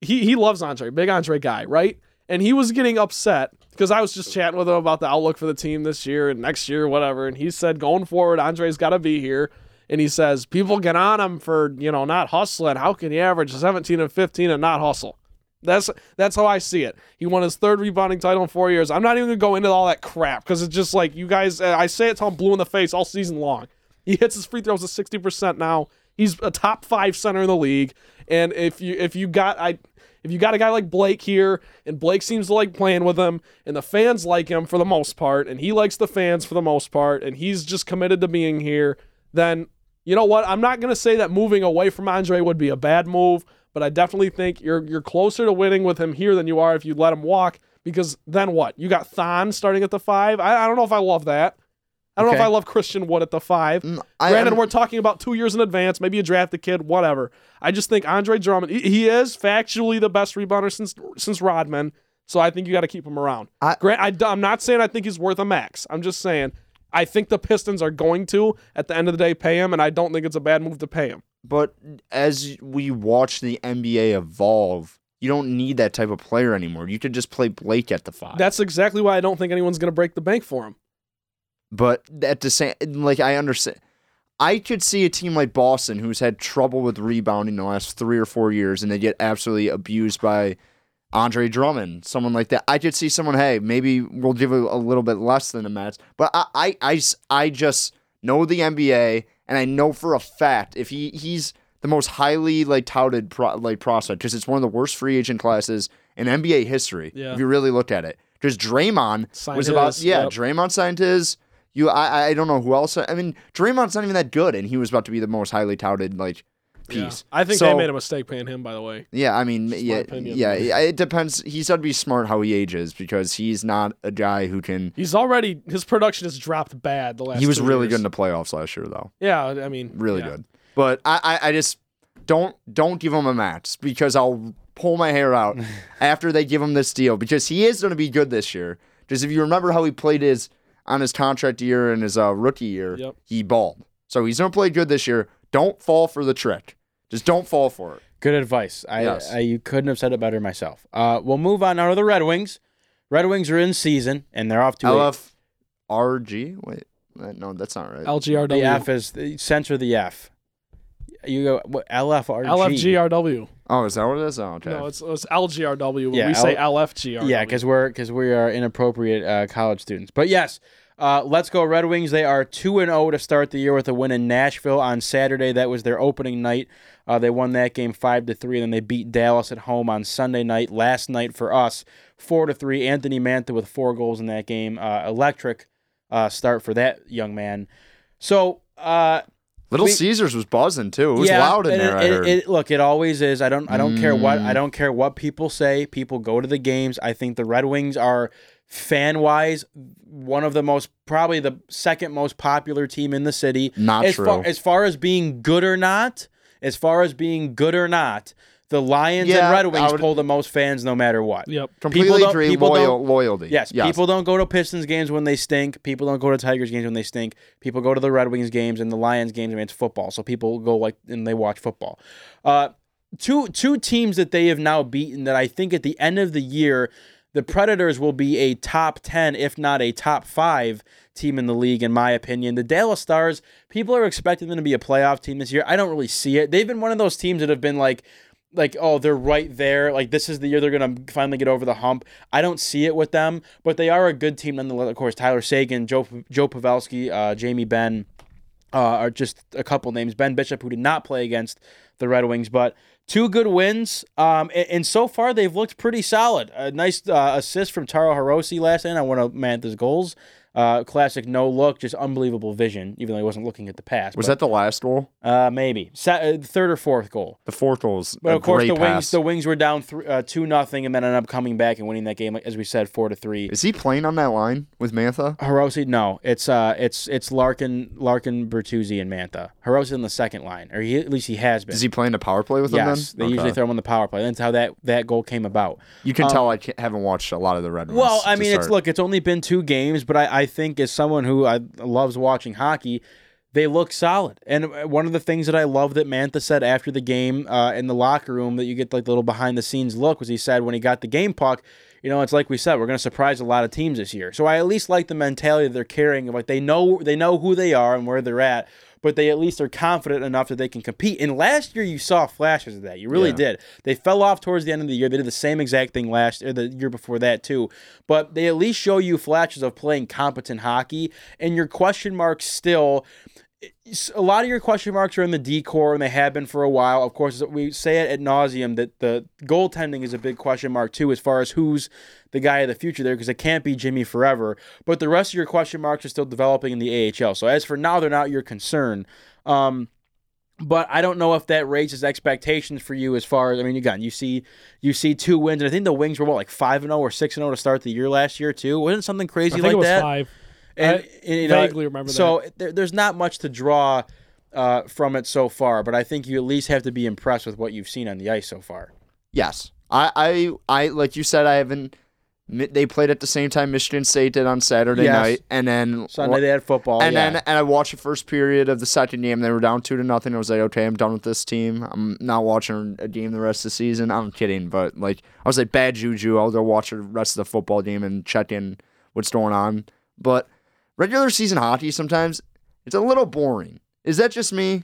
S3: he he loves Andre, big Andre guy, right? And he was getting upset because I was just chatting with him about the outlook for the team this year and next year, whatever. And he said, going forward, Andre's got to be here. And he says, people get on him for, you know, not hustling. How can he average 17 and 15 and not hustle? That's that's how I see it. He won his third rebounding title in four years. I'm not even gonna go into all that crap because it's just like you guys. uh, I say it till I'm blue in the face all season long. He hits his free throws at 60 percent now. He's a top five center in the league. And if you if you got I if you got a guy like Blake here, and Blake seems to like playing with him, and the fans like him for the most part, and he likes the fans for the most part, and he's just committed to being here, then you know what? I'm not gonna say that moving away from Andre would be a bad move but I definitely think you're you're closer to winning with him here than you are if you let him walk. Because then what? You got Thon starting at the five. I, I don't know if I love that. I don't know
S2: Okay.
S3: if I love Christian Wood at the five.
S4: Mm, I-
S3: Granted,
S4: I'm-
S3: we're talking about two years in advance. Maybe you draft the kid, whatever. I just think Andre Drummond, he, he is factually the best rebounder since since Rodman. So I think you got to keep him around.
S4: I-
S3: Grant, I, d- I'm not saying I think he's worth a max. I'm just saying I think the Pistons are going to, at the end of the day, pay him, and I don't think it's a bad move to pay him.
S4: But as we watch the NBA evolve, you don't need that type of player anymore. You could just play Blake at the five.
S3: That's exactly why I don't think anyone's going to break the bank for him.
S4: but at the same, like I understand, I could see a team like Boston who's had trouble with rebounding the last three or four years, and they get absolutely abused by Andre Drummond, someone like that. I could see someone, hey, maybe we'll give a, a little bit less than a match. But I, I, I s- I just know the NBA, and I know for a fact if he he's the most highly like touted pro, like prospect because it's one of the worst free agent classes in NBA history.
S3: Yeah.
S4: If you really look at it, because Draymond
S3: Signed
S4: was about
S3: his,
S4: yeah,
S3: yep.
S4: Draymond signed his. You, I, I don't know who else. I mean, Draymond's not even that good, and he was about to be the most highly touted like piece.
S3: I think they
S4: So-
S3: made a mistake paying him, by the way.
S4: yeah, I mean, yeah,
S3: opinion.
S4: yeah, yeah, it depends. He's got to be smart how he ages because he's not a guy who can.
S3: He's already his production has dropped bad the last.
S4: he was
S3: two
S4: really
S3: years.
S4: good in the playoffs last year, though.
S3: Yeah, I mean,
S4: Really
S3: yeah.
S4: good. But I, I, I just don't don't give him a match because I'll pull my hair out after they give him this deal because he is going to be good this year. Because if you remember how he played his on his contract year and his uh, rookie year,
S3: Yep.
S4: he balled. So he's going to play good this year. Don't fall for the trick. Just don't fall for it.
S2: Good advice. I,
S4: Yes.
S2: I you couldn't have said it better myself. Uh, we'll move on now to the Red Wings. Red Wings are in season and they're off to a,
S4: LFRG? Wait, uh, no, that's not right.
S2: the
S3: LGRW,
S2: F is censor the F. You go what, LFRG.
S3: LFGRW.
S4: Oh, is that what it is? Oh, okay.
S3: No, it's, it's LGRW. When
S2: Yeah,
S3: we say
S2: L-
S3: LFGRW.
S2: Yeah, because we're because we are inappropriate uh, college students. But yes, uh, let's go Red Wings. They are two and zero to start the year with a win in Nashville on Saturday. That was their opening night. Uh, they won that game five to three, and then they beat Dallas at home on Sunday night. Last night for us, four to three. Anthony Mantha with four goals in that game. Uh, electric uh, start for that young man. So. Uh,
S4: Little
S2: we-
S4: Caesars was buzzing too. It was loud in
S2: and
S4: there.
S2: It,
S4: I
S2: it-
S4: heard.
S2: it- look, it always is. I don't. I don't care what. I
S4: Mm.
S2: don't care what people say. People go to the games. I think the Red Wings are fan wise one of the most probably the second most popular team in the city.
S4: Not
S2: as Far,
S4: true.
S2: as far as being good or not, as far as being good or not, the Lions
S4: Yeah,
S2: and Red
S4: I
S2: Wings
S4: would-
S2: pull the most fans no matter what.
S3: Yep.
S4: Completely
S2: don't-
S4: agree.
S2: people
S4: Loyal,
S2: don't-
S4: loyalty.
S2: Yes, people don't go to Pistons games when they stink. People don't go to Tigers games when they stink. People go to the Red Wings games and the Lions games. I mean, it's football, so people go like and they watch football. Uh, two two teams that they have now beaten that I think at the end of the year, the Predators will be a top ten, if not a top five team in the league, in my opinion. The Dallas Stars, people are expecting them to be a playoff team this year. I don't really see it. They've been one of those teams that have been like like oh they're right there like this is the year they're gonna finally get over the hump i don't see it with them but they are a good team nonetheless of course tyler sagan joe joe pavelski uh, jamie ben uh, are just a couple names ben bishop who did not play against the red wings but two good wins um, a- and, so far they've looked pretty solid a nice uh, assist from taro Hirose last night on one of mantha's goals uh, classic no look just unbelievable vision even though he wasn't looking at the pass
S4: Was
S2: but,
S4: that the last goal?
S2: uh, maybe Sa- uh, third or fourth goal
S4: The fourth goal was
S2: but
S4: a
S2: of course, the
S4: great pass.
S2: wings the wings were down three, uh, two nothing, and then ended up coming back and winning that game, like, as we said, four to three.
S4: Is he playing on that line with Mantha?
S2: Hirose, no, it's uh, it's it's Larkin, Larkin, Bertuzzi, and Mantha. Hirose in the second line, or he, at least he has been.
S4: Is he playing the power play with
S2: yes,
S4: him?
S2: they
S4: Then
S2: usually
S4: Okay.
S2: throw him on the power play. That's how that that goal came about.
S4: You can tell I ca- haven't watched a lot of the Red Wings.
S2: Well, I
S4: to
S2: mean, it's
S4: start.
S2: look, it's only been two games, but I, I think as someone who I loves watching hockey, they look solid. And uh, one of the things that I love that Mantha said after the game uh, in the locker room that you get like the little behind the scenes look was he said when he got the game puck, You know, it's like we said, we're going to surprise a lot of teams this year. So I at least like the mentality they're carrying. Like they know they know who they are and where they're at, but they at least are confident enough that they can compete. And last year, you saw flashes of that. You really did. They fell off towards the end of the year. They did the same exact thing last or the year before that too. But they at least show you flashes of playing competent hockey. And your question marks still a lot of your question marks are in the decor and they have been for a while. Of course, we say it ad nauseum that the goaltending is a big question mark too, as far as who's the guy of the future there, because it can't be Jimmy forever. But the rest of your question marks are still developing in the AHL. So as for now, they're not your concern. Um, but I don't know if that raises expectations for you as far as I mean, again, you see, you see two wins, and I think the Wings were what like five and zero or six and zero to start the year last year too. Wasn't something crazy
S7: I think
S2: like
S7: it was
S2: that?
S7: five.
S2: and,
S7: I
S2: and, you know,
S7: vaguely remember
S2: so there, there's not much to draw uh, from it so far but i think you at least have to be impressed with what you've seen on the ice so far
S4: Yes, I, I, I like you said, I haven't. mi- They played at the same time Michigan State did on Saturday
S2: Yes.
S4: night, and then
S2: sunday they had football
S4: and
S2: Oh, yeah.
S4: then and I watched the first period of the second game. They were down two to nothing. I was like, okay, I'm done with this team. I'm not watching a game the rest of the season. I'm kidding, but like I was like bad juju. I'll go watch the rest of the football game and check in what's going on. But regular season hockey sometimes it's a little boring. Is that just me?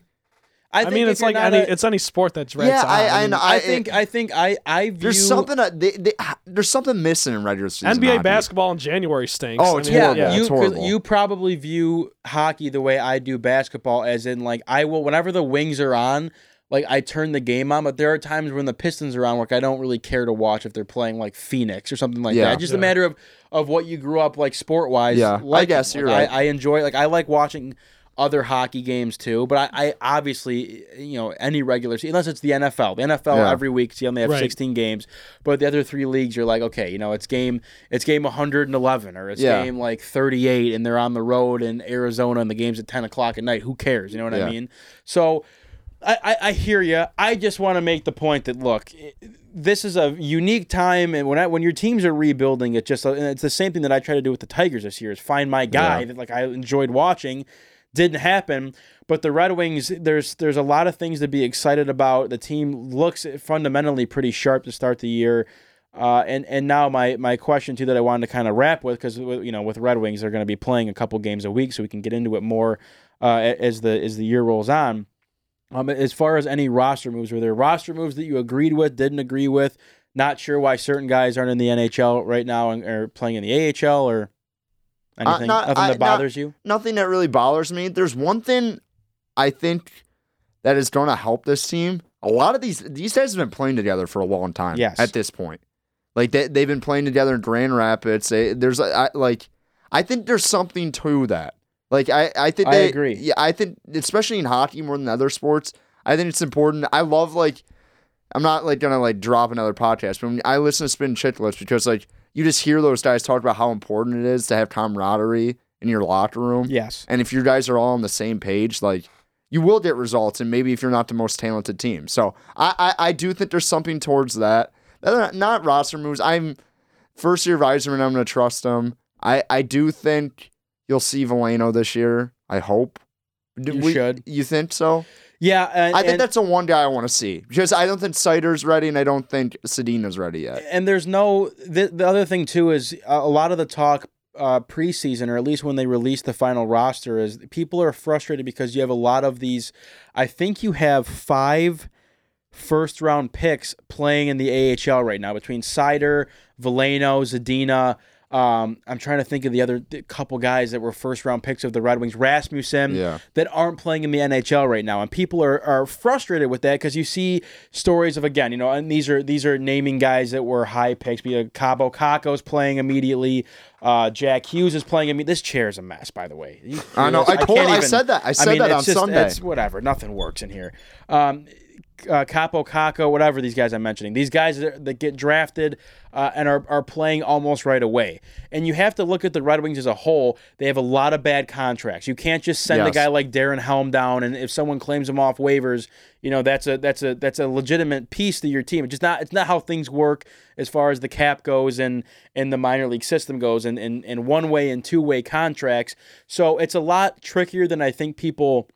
S2: i,
S7: I
S2: think
S7: mean,
S2: if
S7: it's
S2: you're
S7: like
S2: not
S7: any
S2: a-
S7: it's any sport that's red
S4: yeah,
S7: hot.
S4: I I,
S7: mean,
S4: know,
S2: I
S4: I-
S2: think I think I I view
S4: there's something that they, they, there's something missing in regular season.
S7: NBA
S4: hockey.
S7: basketball in January stinks.
S4: Oh, it's
S7: I mean,
S4: horrible.
S7: yeah.
S4: it's
S2: you 'cause
S4: horrible.
S2: you probably view hockey the way I do basketball, as in like I will whenever the wings are on, like I turn the game on. But there are times when the Pistons are on, like I don't really care to watch if they're playing like Phoenix or something like
S4: Yeah.
S2: that. Just a matter of of what you grew up like sport wise.
S4: Yeah, I guess you're right.
S2: I, I enjoy like I like watching other hockey games too, but I, I obviously you know any regular season unless it's the NFL. The NFL
S4: Yeah.
S2: every week you only have
S7: Right.
S2: 16 games, but the other three leagues you're like okay, you know it's game it's game 111 or it's
S4: Yeah.
S2: game like 38 and they're on the road in Arizona and the game's at 10 o'clock at night. Who cares? You know what I
S4: Yeah.
S2: mean? So I, I, I hear you. I just want to make the point that look, i- this is a unique time, and when I, when your teams are rebuilding, it just and it's the same thing that I try to do with the Tigers this year is find my guy that like I enjoyed watching. Didn't happen, but the Red Wings. There's there's a lot of things to be excited about. The team looks fundamentally pretty sharp to start the year. Uh, and and now my my question too that I wanted to kind of wrap with because you know with Red Wings they're going to be playing a couple games a week so we can get into it more uh, a- as the as the year rolls on. Um, as far as any roster moves, were there roster moves that you agreed with, didn't agree with? Not sure why certain guys aren't in the NHL right now and are playing in the AHL or
S4: Uh,
S2: anything.
S4: not-
S2: Nothing
S4: I-
S2: that
S4: not-
S2: bothers you.
S4: nothing that really bothers me. There's one thing I think that is going to help this team. A lot of these these guys have been playing together for a long time.
S2: Yes.
S4: At this point, like they they've been playing together in Grand Rapids. They, there's I, like I think there's something to that. Like I I think
S2: I
S4: they,
S2: agree.
S4: Yeah, I think especially in hockey more than other sports. I think it's important. I love like I'm not like gonna like drop another podcast, but when I listen to Spin Chick List because like you just hear those guys talk about how important it is to have camaraderie in your locker room.
S2: Yes.
S4: And if you guys are all on the same page, like you will get results, and maybe if you're not the most talented team. So I I, I do think there's something towards that. Other than- Not roster moves. I'm first year visor and I'm gonna trust him. I, I do think you'll see Valeno this year. I hope. Do
S2: You should.
S4: You think so?
S2: Yeah. And,
S4: I think
S2: and-
S4: that's the one guy I want to see because I don't think Cider's ready and I don't think Sedina's ready yet.
S2: and there's no the, the other thing too is uh, a lot of the talk uh, preseason or at least when they release the final roster is people are frustrated because you have a lot of these i think you have five first round picks playing in the ahl right now between cider valeno zadina um, I'm trying to think of the other th- couple guys that were first round picks of the Red Wings, Rasmussen,
S4: Yeah.
S2: that aren't playing in the NHL right now, and people are, are frustrated with that because you see stories of again, you know, and these are these are naming guys that were high picks. Be like Cabo Caco's playing immediately. Uh, Jack Hughes is playing. I mean, this chair is a mess, by the way. You-
S4: I know. I
S2: can't
S4: told- I said that. I said that
S2: it's
S4: on Sunday.
S2: It's whatever. Nothing works in here. Um, uh, Capo Caco, whatever these guys I'm mentioning, these guys that, that get drafted uh, and are, are playing almost right away. And you have to look at the Red Wings as a whole. They have a lot of bad contracts. You can't just send a
S4: Yes.
S2: guy like Darren Helm down, and if someone claims him off waivers, you know that's a that's a that's a legitimate piece to your team. It's just not it's not how things work as far as the cap goes and and the minor league system goes, and and, and one way and two way contracts. So it's a lot trickier than I think people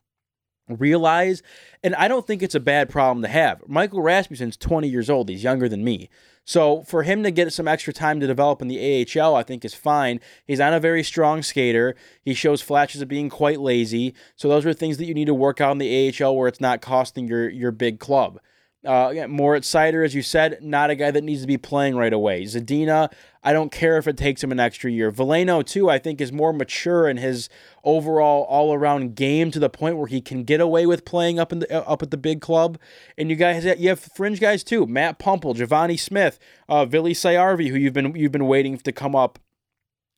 S2: realize and I don't think it's a bad problem to have. Michael Rasmussen's 20 years old. He's younger than me. So for him to get some extra time to develop in the AHL, I think is fine. He's not a very strong skater. He shows flashes of being quite lazy. So those are things that you need to work out in the AHL where it's not costing your your big club. Uh, again, Moritz Sider, as you said, not a guy that needs to be playing right away. Zadina, I don't care if it takes him an extra year. Valeno, too, I think is more mature in his overall all-around game to the point where he can get away with playing up in the uh, up at the big club. And you guys, you have fringe guys too: Matt Pumple, Giovanni Smith, uh, Vili Sayarvi, who you've been you've been waiting to come up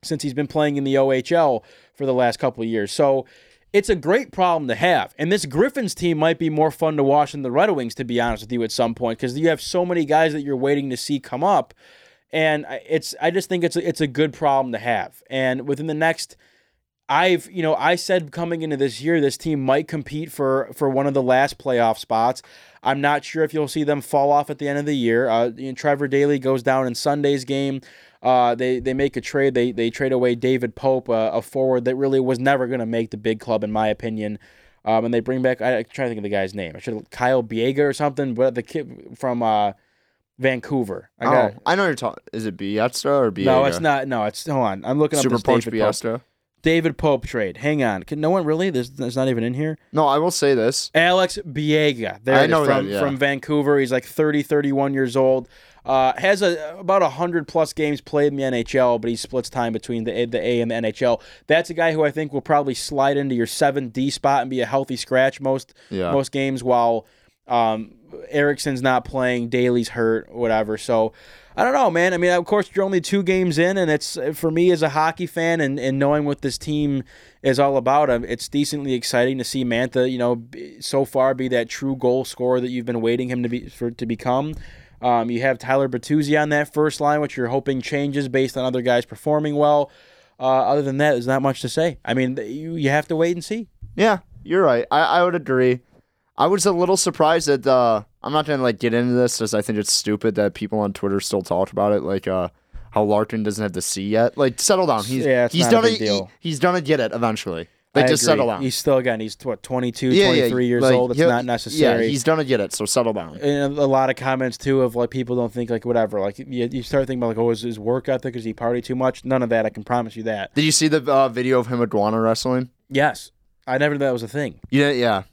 S2: since he's been playing in the OHL for the last couple of years. So it's a great problem to have. And this Griffins team might be more fun to watch than the Red Wings, to be honest with you, at some point, because you have so many guys that you're waiting to see come up. And I- it's I just think it's a, it's a good problem to have. And within the next, I've you know I said coming into this year this team might compete for for one of the last playoff spots. I'm not sure if you'll see them fall off at the end of the year. Uh, you know, Trevor Daly goes down in Sunday's game. Uh, they they make a trade. They they trade away David Pope, uh, a forward that really was never going to make the big club, in my opinion. Um, and they bring back I, I'm trying to think of the guy's name. I should have Kyle Biega or something, but the kid from uh, Vancouver. I
S4: oh,
S2: got,
S4: I know you're talking. Is it Biesta or Biega?
S2: no, it's not. No, it's hold on. I'm looking
S4: uh, Super
S2: up this
S4: Punch
S2: David Pope.
S4: Biesta.
S2: David Pope trade. Hang on. Can no one really? This is not even in here.
S4: No, I will say this.
S2: Alex Biega. There
S4: I
S2: it is,
S4: know
S2: from,
S4: that, yeah.
S2: from Vancouver. He's like 30, 31 years old. Uh, has a, about 100 plus games played in the NHL, but he splits time between the, A- the A and the NHL. That's a guy who I think will probably slide into your 7D spot and be a healthy scratch most
S4: Yeah.
S2: most games while um, Erickson's not playing, Daly's hurt, whatever. So I don't know, man. I mean, of course, you're only two games in, and it's uh, for me as a hockey fan and, and knowing what this team is all about, um, it's decently exciting to see Mantha, you know, b- so far be that true goal scorer that you've been waiting him to be for to become. Um, you have Tyler Bertuzzi on that first line, which you're hoping changes based on other guys performing well. Uh, other than that, there's not much to say. I mean, th- you, you have to wait and see.
S4: Yeah, you're right. I, I would agree. I was a little surprised that uh, I'm not gonna like get into this because I think it's stupid that people on Twitter still talk about it, like uh, how Larkin doesn't have the C yet. Like, settle down. He's
S2: Yeah, it's
S4: he's
S2: not a
S4: done
S2: big
S4: it.
S2: deal.
S4: He, he's gonna get it eventually. Like,
S2: I
S4: just
S2: agree.
S4: settle down.
S2: He's still again. He's what 22,
S4: yeah,
S2: 23
S4: yeah,
S2: years
S4: like,
S2: old. It's
S4: he'll-
S2: not necessary.
S4: Yeah, he's gonna get it. So settle down.
S2: and a lot of comments too of like people don't think like whatever. Like you, you start thinking about like oh is his work ethic? Is he party too much? None of that. I can promise you that.
S4: Did you see the uh, video of him iguana wrestling?
S2: Yes, I never knew that was a thing.
S4: Yeah, yeah.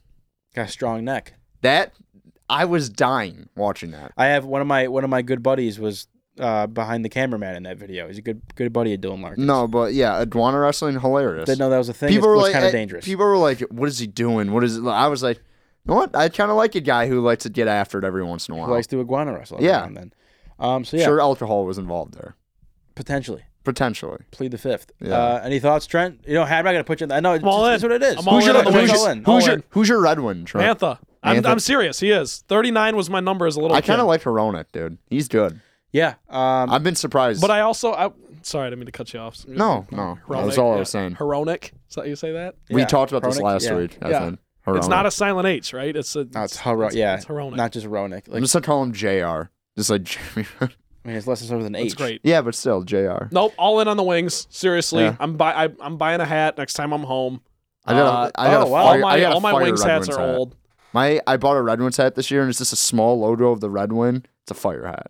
S2: Got a strong neck.
S4: That I was dying watching that.
S2: I have one of my one of my good buddies was uh, behind the cameraman in that video. He's a good good buddy of Dylan Larkin.
S4: No, but yeah, iguana wrestling hilarious.
S2: didn't know that was a thing.
S4: Mm. people
S2: People it's
S4: were like,
S2: kind of
S4: eh,
S2: dangerous.
S4: People were like, "What is he doing? What is?" It? I was like, "You know what? I kind of like a guy who likes to get after it every once in a while."
S2: Who likes to iguana wrestle? every
S4: Yeah.
S2: now and then. Um. So yeah,
S4: Sure, alcohol was involved there
S2: potentially
S4: potentially.
S2: plead the fifth.
S4: Yeah.
S2: Uh, any thoughts, Trent? You know, I'm not gonna put you. in the, I know it's,
S7: all
S2: it's
S7: in.
S2: what it is.
S7: I'm all
S2: Who's
S7: in
S2: your-
S7: on the Wings.
S2: who's your-
S7: All in.
S4: Who's
S7: All
S4: your Who's your red one, Trent?
S7: Mantha. I'm,
S4: Mantha.
S7: I'm serious. He is. 39 was my number as a little
S4: I kind
S7: kid.
S4: of like Hronik, dude. He's good.
S2: Yeah. Um,
S4: I've been surprised.
S7: But I also, I, sorry, I didn't mean to cut you off.
S4: no, no,
S7: Heronic,
S4: that's all I
S7: yeah.
S4: was saying.
S7: Heronic. Is that how you say that?
S4: We
S2: yeah,
S4: talked about this
S2: Hronik,
S4: last
S2: yeah.
S4: week. I
S7: Yeah.
S4: think.
S7: It's
S4: Hronik.
S7: not a silent H, right? It's a.
S2: No, it's Hero- yeah,
S7: it's Heronic.
S2: not just Heronic.
S4: I'm
S2: Like,
S4: just gonna call him Jr. Just like Jimmy.
S2: I mean, it's less than something with an H.
S7: it's great.
S4: yeah, but still Jr.
S7: Nope, all in on the wings. Seriously,
S4: Yeah.
S7: I'm buy I, I'm buying a hat next time I'm home.
S4: I got.
S7: Uh,
S4: a, I got.
S2: oh,
S4: a
S2: wow.
S4: fire,
S7: all my
S4: I got a
S7: all my
S4: fire
S7: wings
S4: Red
S7: hats
S4: Wings
S7: are
S4: hat.
S7: old.
S4: My I bought a Red Wings hat this year, and it's just a small logo of the Red Wing. It's a fire hat.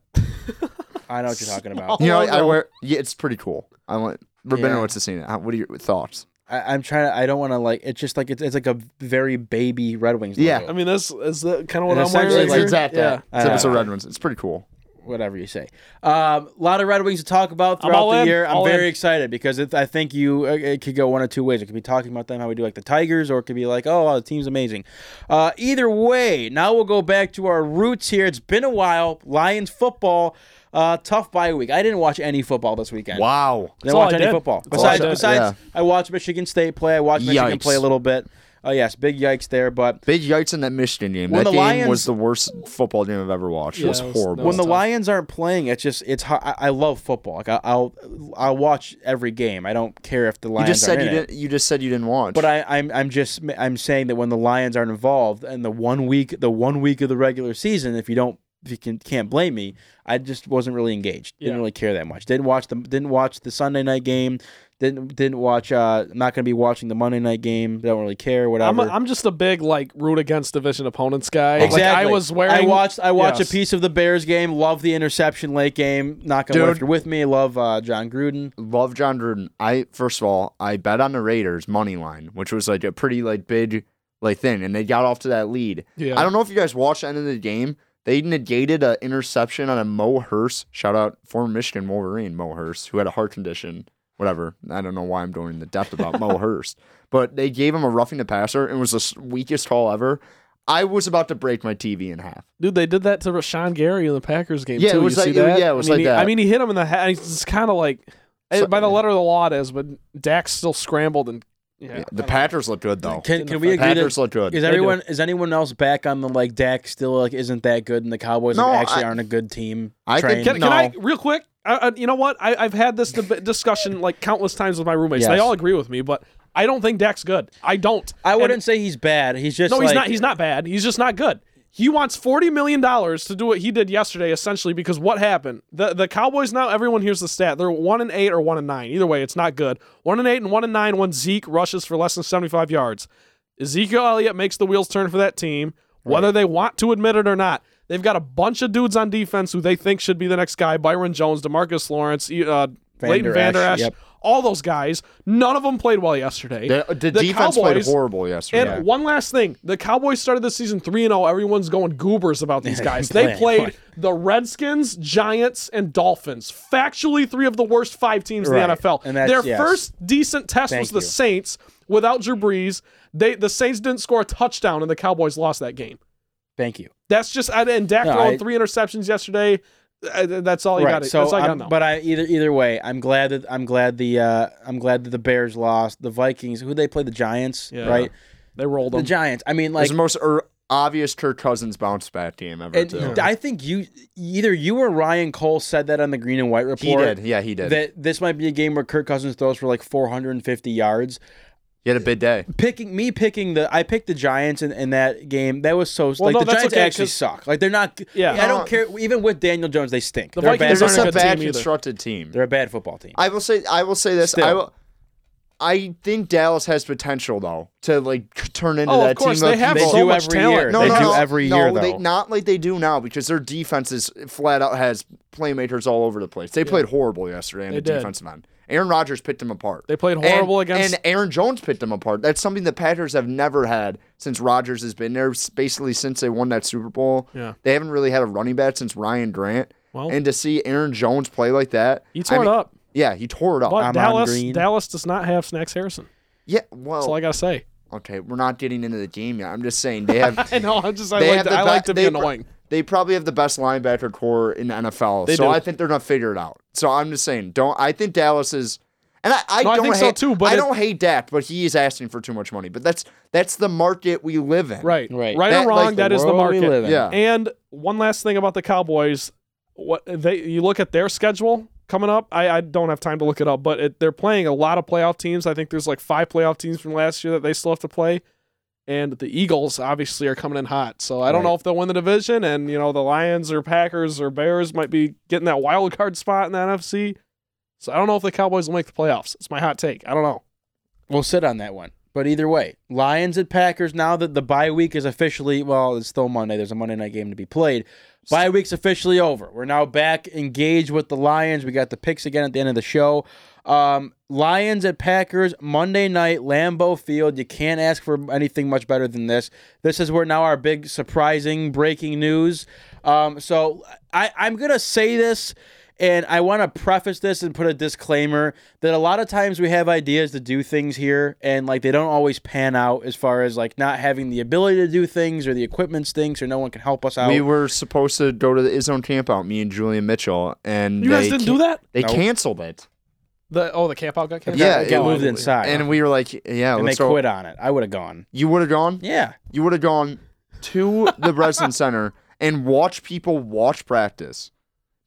S2: I know what you're talking about.
S4: You know, I
S7: logo.
S4: wear. Yeah, it's pretty cool. I want Rabinowitz has seen it. How- What are your thoughts?
S2: I, I'm trying to. I don't want to like. It's just like it's, it's like a very baby Red Wings. Logo,
S4: Yeah.
S7: I mean, this is the kind of what
S2: And
S7: I'm wearing.
S2: essentially,
S7: Right
S2: like,
S7: here.
S2: it's
S4: Exactly.
S7: Yeah.
S4: Except
S2: I
S4: it's a
S2: know.
S4: Red Wings. It's pretty cool.
S2: whatever you say. A lot of Red Wings to talk about
S7: I'm
S2: throughout
S7: all
S2: the
S7: in,
S2: year. I'm
S7: all
S2: very
S7: in.
S2: excited because it, I think you uh, it could go one or two ways. It could be talking about them how we do like the Tigers, or it could be like, oh, wow, the team's amazing. Uh, either way, now we'll go back to our roots here. It's been a while. Lions football. Uh, tough bye week. I didn't watch any football this weekend.
S4: Wow.
S2: Didn't
S7: all
S2: watch
S7: I
S2: any
S7: did.
S2: football.
S7: That's all I
S2: Besides,
S7: did.
S2: besides, I watched Michigan State play. I watched Michigan
S4: Yikes.
S2: play a little bit. Uh, yes, big yikes there. But
S4: Big Yikes in that Michigan game.
S2: When
S4: that
S2: the
S4: game
S2: Lions-
S4: was the worst football game I've ever watched.
S7: Yeah,
S4: it was
S7: it was-
S4: horrible.
S7: that
S2: when the
S7: tough.
S2: Lions aren't playing, it's just it's. ho- I, I love football. Like I, I'll I'll watch every game. I don't care if the
S4: you
S2: Lions
S4: just said
S2: aren't
S4: you
S2: in it.
S4: didn't. You just said you didn't watch.
S2: But I, I'm I'm just I'm saying that when the Lions aren't involved and the one week the one week of the regular season, if you don't you can, can't blame me. I just wasn't really engaged. Didn't
S3: Yeah.
S2: really care that much. Didn't watch the didn't watch the Sunday night game. Didn't didn't watch. Uh, I'm not gonna be watching the Monday night game. Don't really care. Whatever.
S3: I'm, a, I'm just a big like root against division opponents guy.
S2: Exactly.
S3: Like, I was wearing.
S2: I watched. I watched
S3: Yes.
S2: a piece of the Bears game. Love the interception late game. Not gonna. Dude.
S4: Dude.
S2: If you're with me, love uh, John Gruden.
S4: Love John Gruden. I first of all, I bet on the Raiders money line, which was like a pretty like big like thing, and they got off to that lead.
S3: Yeah.
S4: I don't know if you guys watched the end of the game. They negated an interception on a Mo Hurst. Shout out former Michigan Wolverine Mo Hurst, who had a heart condition. Whatever. I don't know why I'm going into depth about Mo Hurst, but they gave him a roughing the passer. It was the s- weakest call ever. I was about to break my TV in half.
S3: Dude, they did that to Rashawn Gary in the Packers game.
S4: Yeah, it
S3: too.
S4: was
S3: You see
S4: like- it was-
S3: that?
S4: yeah, it
S3: I
S4: was
S3: mean,
S4: like
S3: he,
S4: that.
S3: I mean, he hit him in the head. It's kind of like eh,
S4: So-
S3: by the letter of the law, it is. But Dak still scrambled and yeah.
S4: The Packers look good though.
S2: Can, can we agree
S4: Packers
S2: that
S4: look good.
S2: is everyone is anyone else back on the like Dak still like isn't that good and the Cowboys
S4: No,
S2: like, actually
S4: I-
S2: aren't a good team?
S4: I
S2: train?
S4: think-
S3: Can, can
S4: No.
S3: I real quick? I, I, you know what? I, I've had this deb- discussion like countless times with my roommates. They
S2: Yes.
S3: all agree with me, but I don't think Dak's good. I don't.
S2: I
S3: And-
S2: wouldn't say he's bad. He's just
S3: No, he's
S2: like-
S3: not. He's not bad. He's just not good. He wants forty million dollars to do what he did yesterday, essentially, because what happened? The the Cowboys now everyone hears the stat. They're one and eight or one and nine. Either way, it's not good. One and eight and one and nine when Zeke rushes for less than seventy five yards. Ezekiel Elliott makes the wheels turn for that team, whether they want to admit it or not. They've got a bunch of dudes on defense who they think should be the next guy: Byron Jones, Demarcus Lawrence, e- uh,
S2: Van
S3: Leighton
S2: Der
S3: Vander
S2: Esch,
S3: Esch,
S2: yep.
S3: all those guys. None of them played well yesterday.
S4: The, uh, the defense played horrible yesterday.
S3: And one last thing, the Cowboys started the season 3 and 0. Everyone's going goobers about these guys. they
S2: Playing,
S3: played
S2: playing.
S3: the Redskins, Giants, and Dolphins. Factually, three of the worst five teams in the
S2: Right.
S3: NFL.
S2: And that's-
S3: Their
S2: yes.
S3: first decent test was
S2: Thank
S3: the
S2: you.
S3: Saints without Drew Brees. They the Saints didn't score a touchdown and the Cowboys lost that game.
S2: Thank you.
S3: That's just and- and Dak
S2: No,
S3: throwing
S2: I-
S3: three interceptions yesterday. Uh, That's all you
S2: right.
S3: got.
S2: So,
S3: that's all you
S2: I'm-
S3: got. now.
S2: but I either either way, I'm glad that I'm glad the uh, I'm glad that the Bears lost. The Vikings, who they play the Giants,
S3: Yeah.
S2: right?
S3: they rolled
S2: The
S3: them.
S2: Giants. I mean,
S4: it was
S2: like
S4: the most er- obvious Kirk Cousins bounce back game ever.
S2: and
S4: too.
S2: I think you either you or Ryan Cole said that on the Green and White report.
S4: he did. Yeah, he did.
S2: That this might be a game where Kirk Cousins throws for like 450 yards.
S4: he had a big day.
S2: Picking me, picking the I picked the Giants in, in that game. That was so like
S3: no,
S2: the
S3: that's
S2: Giants
S3: okay,
S2: actually
S3: 'cause-
S2: suck. Like they're not.
S3: Yeah.
S2: I don't care. Even with Daniel Jones, they stink.
S3: The
S2: they're, a
S3: Vikings
S4: They're
S2: bad,
S3: aren't
S4: just
S3: a
S4: a
S3: good
S4: bad
S3: team either.
S4: constructed team.
S2: they're a bad football team.
S4: I will say. I will say this. I
S2: Still.
S4: will. I think Dallas has potential though to like c- turn into
S3: Oh,
S4: that
S3: of course,
S4: team.
S3: they
S4: that
S3: have
S2: they
S4: people-
S3: so
S2: do
S3: much
S2: every
S3: talent.
S2: year.
S4: No,
S2: they
S4: no,
S2: do
S4: no,
S2: every
S4: no,
S2: year
S4: they-
S2: though.
S4: not like they do now because their defense is flat out has playmakers all over the place. They played horrible yesterday in the
S3: did.
S4: defensive end. Aaron Rodgers picked them apart.
S3: They played
S4: And-
S3: horrible against-
S4: and Aaron Jones picked them apart. That's something the Packers have never had since Rodgers has been there. s- Basically, since they won that Super Bowl,
S3: Yeah.
S4: they haven't really had a running back since Ryan Grant.
S3: Well-
S4: and to see Aaron Jones play like that,
S3: He tore
S4: I
S3: it
S4: mean-
S3: up.
S4: Yeah, he tore it up. Uh,
S3: But
S2: I'm on
S3: Dallas
S2: green.
S3: Dallas does not have Snacks Harrison.
S4: yeah, well,
S3: That's all I got to say.
S4: okay, we're not getting into the game yet. I'm just saying they have
S3: I know. I'm just. I
S4: they
S3: like
S4: have
S3: to,
S4: the
S3: I like
S4: be-
S3: to be
S4: they-
S3: annoying.
S4: They probably have the best linebacker core in the NFL. so
S3: do.
S4: I think they're gonna figure it out. So I'm just saying, don't I think Dallas is and I, I
S3: No, I
S4: don't
S3: think so
S4: hate,
S3: too, but
S4: I
S3: it-
S4: don't hate Dak, but he is asking for too much money. But that's that's the market we live in.
S3: Right.
S2: Right.
S3: Right. Right
S4: That,
S3: or wrong,
S4: like,
S3: that is the
S2: world we
S3: market.
S2: live in.
S4: Yeah.
S3: And one last thing about the Cowboys, what they you look at their schedule coming up. I, I don't have time to look it up, but it, they're playing a lot of playoff teams. I think there's like five playoff teams from last year that they still have to play. And the Eagles obviously are coming in hot, so I don't know if they'll win the division. And you know the Lions or Packers or Bears might be getting that wild card spot in the NFC. So I don't know if the Cowboys will make the playoffs. It's my hot take. I don't know.
S2: We'll sit on that one. But either way, Lions and Packers, now that the bye week is officially, well, it's still Monday. There's a Monday night game to be played. Bye week's officially over. We're now back engaged with the Lions. We got the picks again at the end of the show. Um, Lions at Packers, Monday night, Lambeau Field. You can't ask for anything much better than this. This is where now our big surprising breaking news. Um, so I, I'm going to say this. And I want to preface this and put a disclaimer that a lot of times we have ideas to do things here and like they don't always pan out as far as like not having the ability to do things or the equipment stinks or no one can help us out.
S4: We were supposed to go to the Izone campout, me and Julian Mitchell, and
S3: You guys
S4: they
S3: didn't
S4: can-
S3: do that.
S4: They canceled it.
S3: The oh the camp out got canceled.
S4: Yeah,
S2: it got moved
S4: Probably.
S2: inside.
S4: And we were like, yeah,
S2: and they
S4: let's go.
S2: quit on it. I would have gone.
S4: You would have gone?
S2: Yeah.
S4: You would have gone to the Breslin Center and watched people watch practice.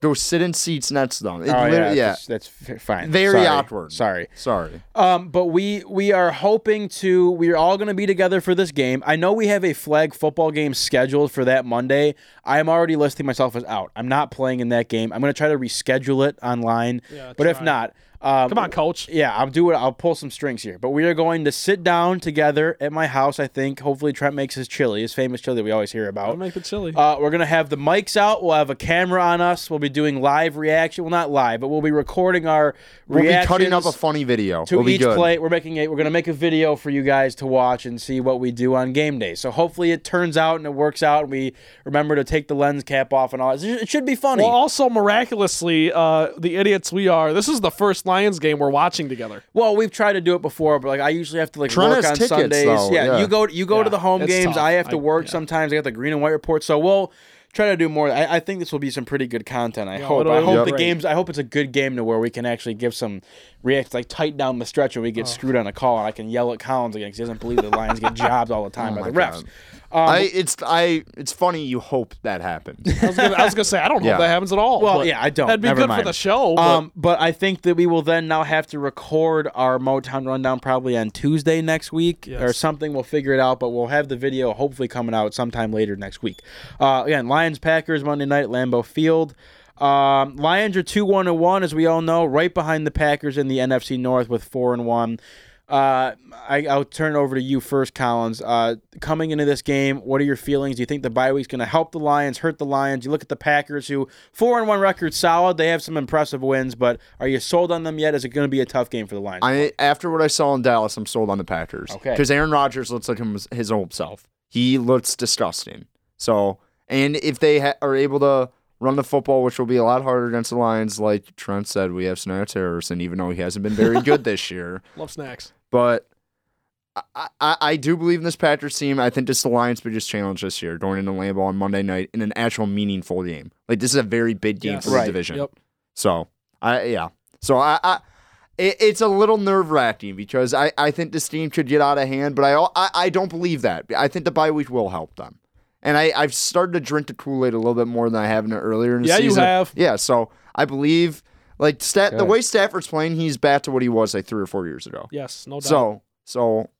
S4: Go sit in seats next to them. It
S2: Oh,
S4: literally-
S2: yeah,
S4: yeah,
S2: That's, that's f- fine.
S4: Very
S2: Sorry.
S4: awkward.
S2: Sorry.
S4: Sorry.
S2: Um, but we we are hoping to we are all going to be together for this game. I know we have a flag football game scheduled for that Monday. I am already listing myself as out. I'm not playing in that game. I'm going to try to reschedule it online. but if not, um,
S3: Come on, coach.
S2: yeah, I'll do it. I'll pull some strings here. But we are going to sit down together at my house. I think. Hopefully, Trent makes his chili, his famous chili that we always hear about.
S3: Make the chili.
S2: Uh, we're gonna have the mics out. We'll have a camera on us. We'll be doing live reaction. Well, not live, but we'll be recording our
S4: We'll be cutting up a
S2: reactions
S4: funny video.
S2: to
S4: we'll be
S2: each
S4: good.
S2: play. We're making a. We're gonna make a video for you guys to watch and see what we do on game day. So hopefully it turns out and it works out, and we remember to take the lens cap off and all. It should be funny.
S3: well, also miraculously, uh, the idiots we are. This is the first Lions game we're watching together.
S2: Well, we've tried to do it before, but like I usually have to like
S4: Toronto
S2: work
S4: has
S2: on
S4: tickets,
S2: Sundays.
S4: though,
S2: Yeah,
S4: yeah.
S2: you go you go to the home
S3: it's
S2: games.
S3: tough.
S2: I have to
S3: I-
S2: work sometimes. I got the green and white report, so we'll try to do more. I, I think this will be some pretty good content. I hope.
S3: it'll-
S2: I
S3: it'll
S2: hope
S4: be
S2: the
S3: great.
S2: games. I hope it's a good game to where we can actually give some reacts, like tight down the stretch, and we
S3: Oh.
S2: get screwed on a call, and I can yell at Collins again because he doesn't believe the Lions get jobs all the time by
S4: Oh my
S2: the refs.
S4: God.
S2: um,
S4: I it's I it's funny. You hope that happens.
S3: I was gonna, I was gonna say I don't
S4: Yeah.
S3: hope that happens at all.
S2: Well,
S3: but
S2: yeah, I don't.
S3: That'd be
S2: Never
S3: good
S2: mind.
S3: for the show. but-
S2: Um, but I think that we will then now have to record our Motown rundown probably on Tuesday next week or something. We'll figure it out, but we'll have the video hopefully coming out sometime later next week. Uh, again, Lions Packers Monday night Lambeau Field. Um, Lions are two one and one as we all know, right behind the Packers in the NFC North with four and one. Uh, I, I'll turn it over to you first, Collins. Uh, coming into this game, what are your feelings? Do you think the bye week's going to help the Lions, hurt the Lions? You look at the Packers, who four and one record, solid. They have some impressive wins, but are you sold on them yet? Is it going to be a tough game for the Lions?
S4: I after what I saw in Dallas, I'm sold on the Packers.
S2: Okay.
S4: Because Aaron Rodgers looks like him, his old self. He looks disgusting. So, and if they ha- are able to run the football, which will be a lot harder against the Lions, like Trent said, we have Snare Harrison, even though he hasn't been very good this year.
S3: love snacks.
S4: But I, I, I do believe in this Packers team. I think this is the Lions' biggest challenge this year, going into Lambeau on Monday night in an actual meaningful game. Like this is a very big game
S3: Yes.
S4: for the
S2: Right.
S4: division.
S3: Yep.
S4: So I yeah. So I, I it, it's a little nerve wracking because I, I think this team could get out of hand, but I, al- I I don't believe that. I think the bye week will help them, and I I've started to drink the Kool Aid a little bit more than I have in earlier in the
S3: Yeah, you
S4: season.
S3: have.
S4: Yeah, so I believe like stat the way Stafford's playing, he's back to what he was like three or four years ago.
S3: Yes, no doubt.
S4: So so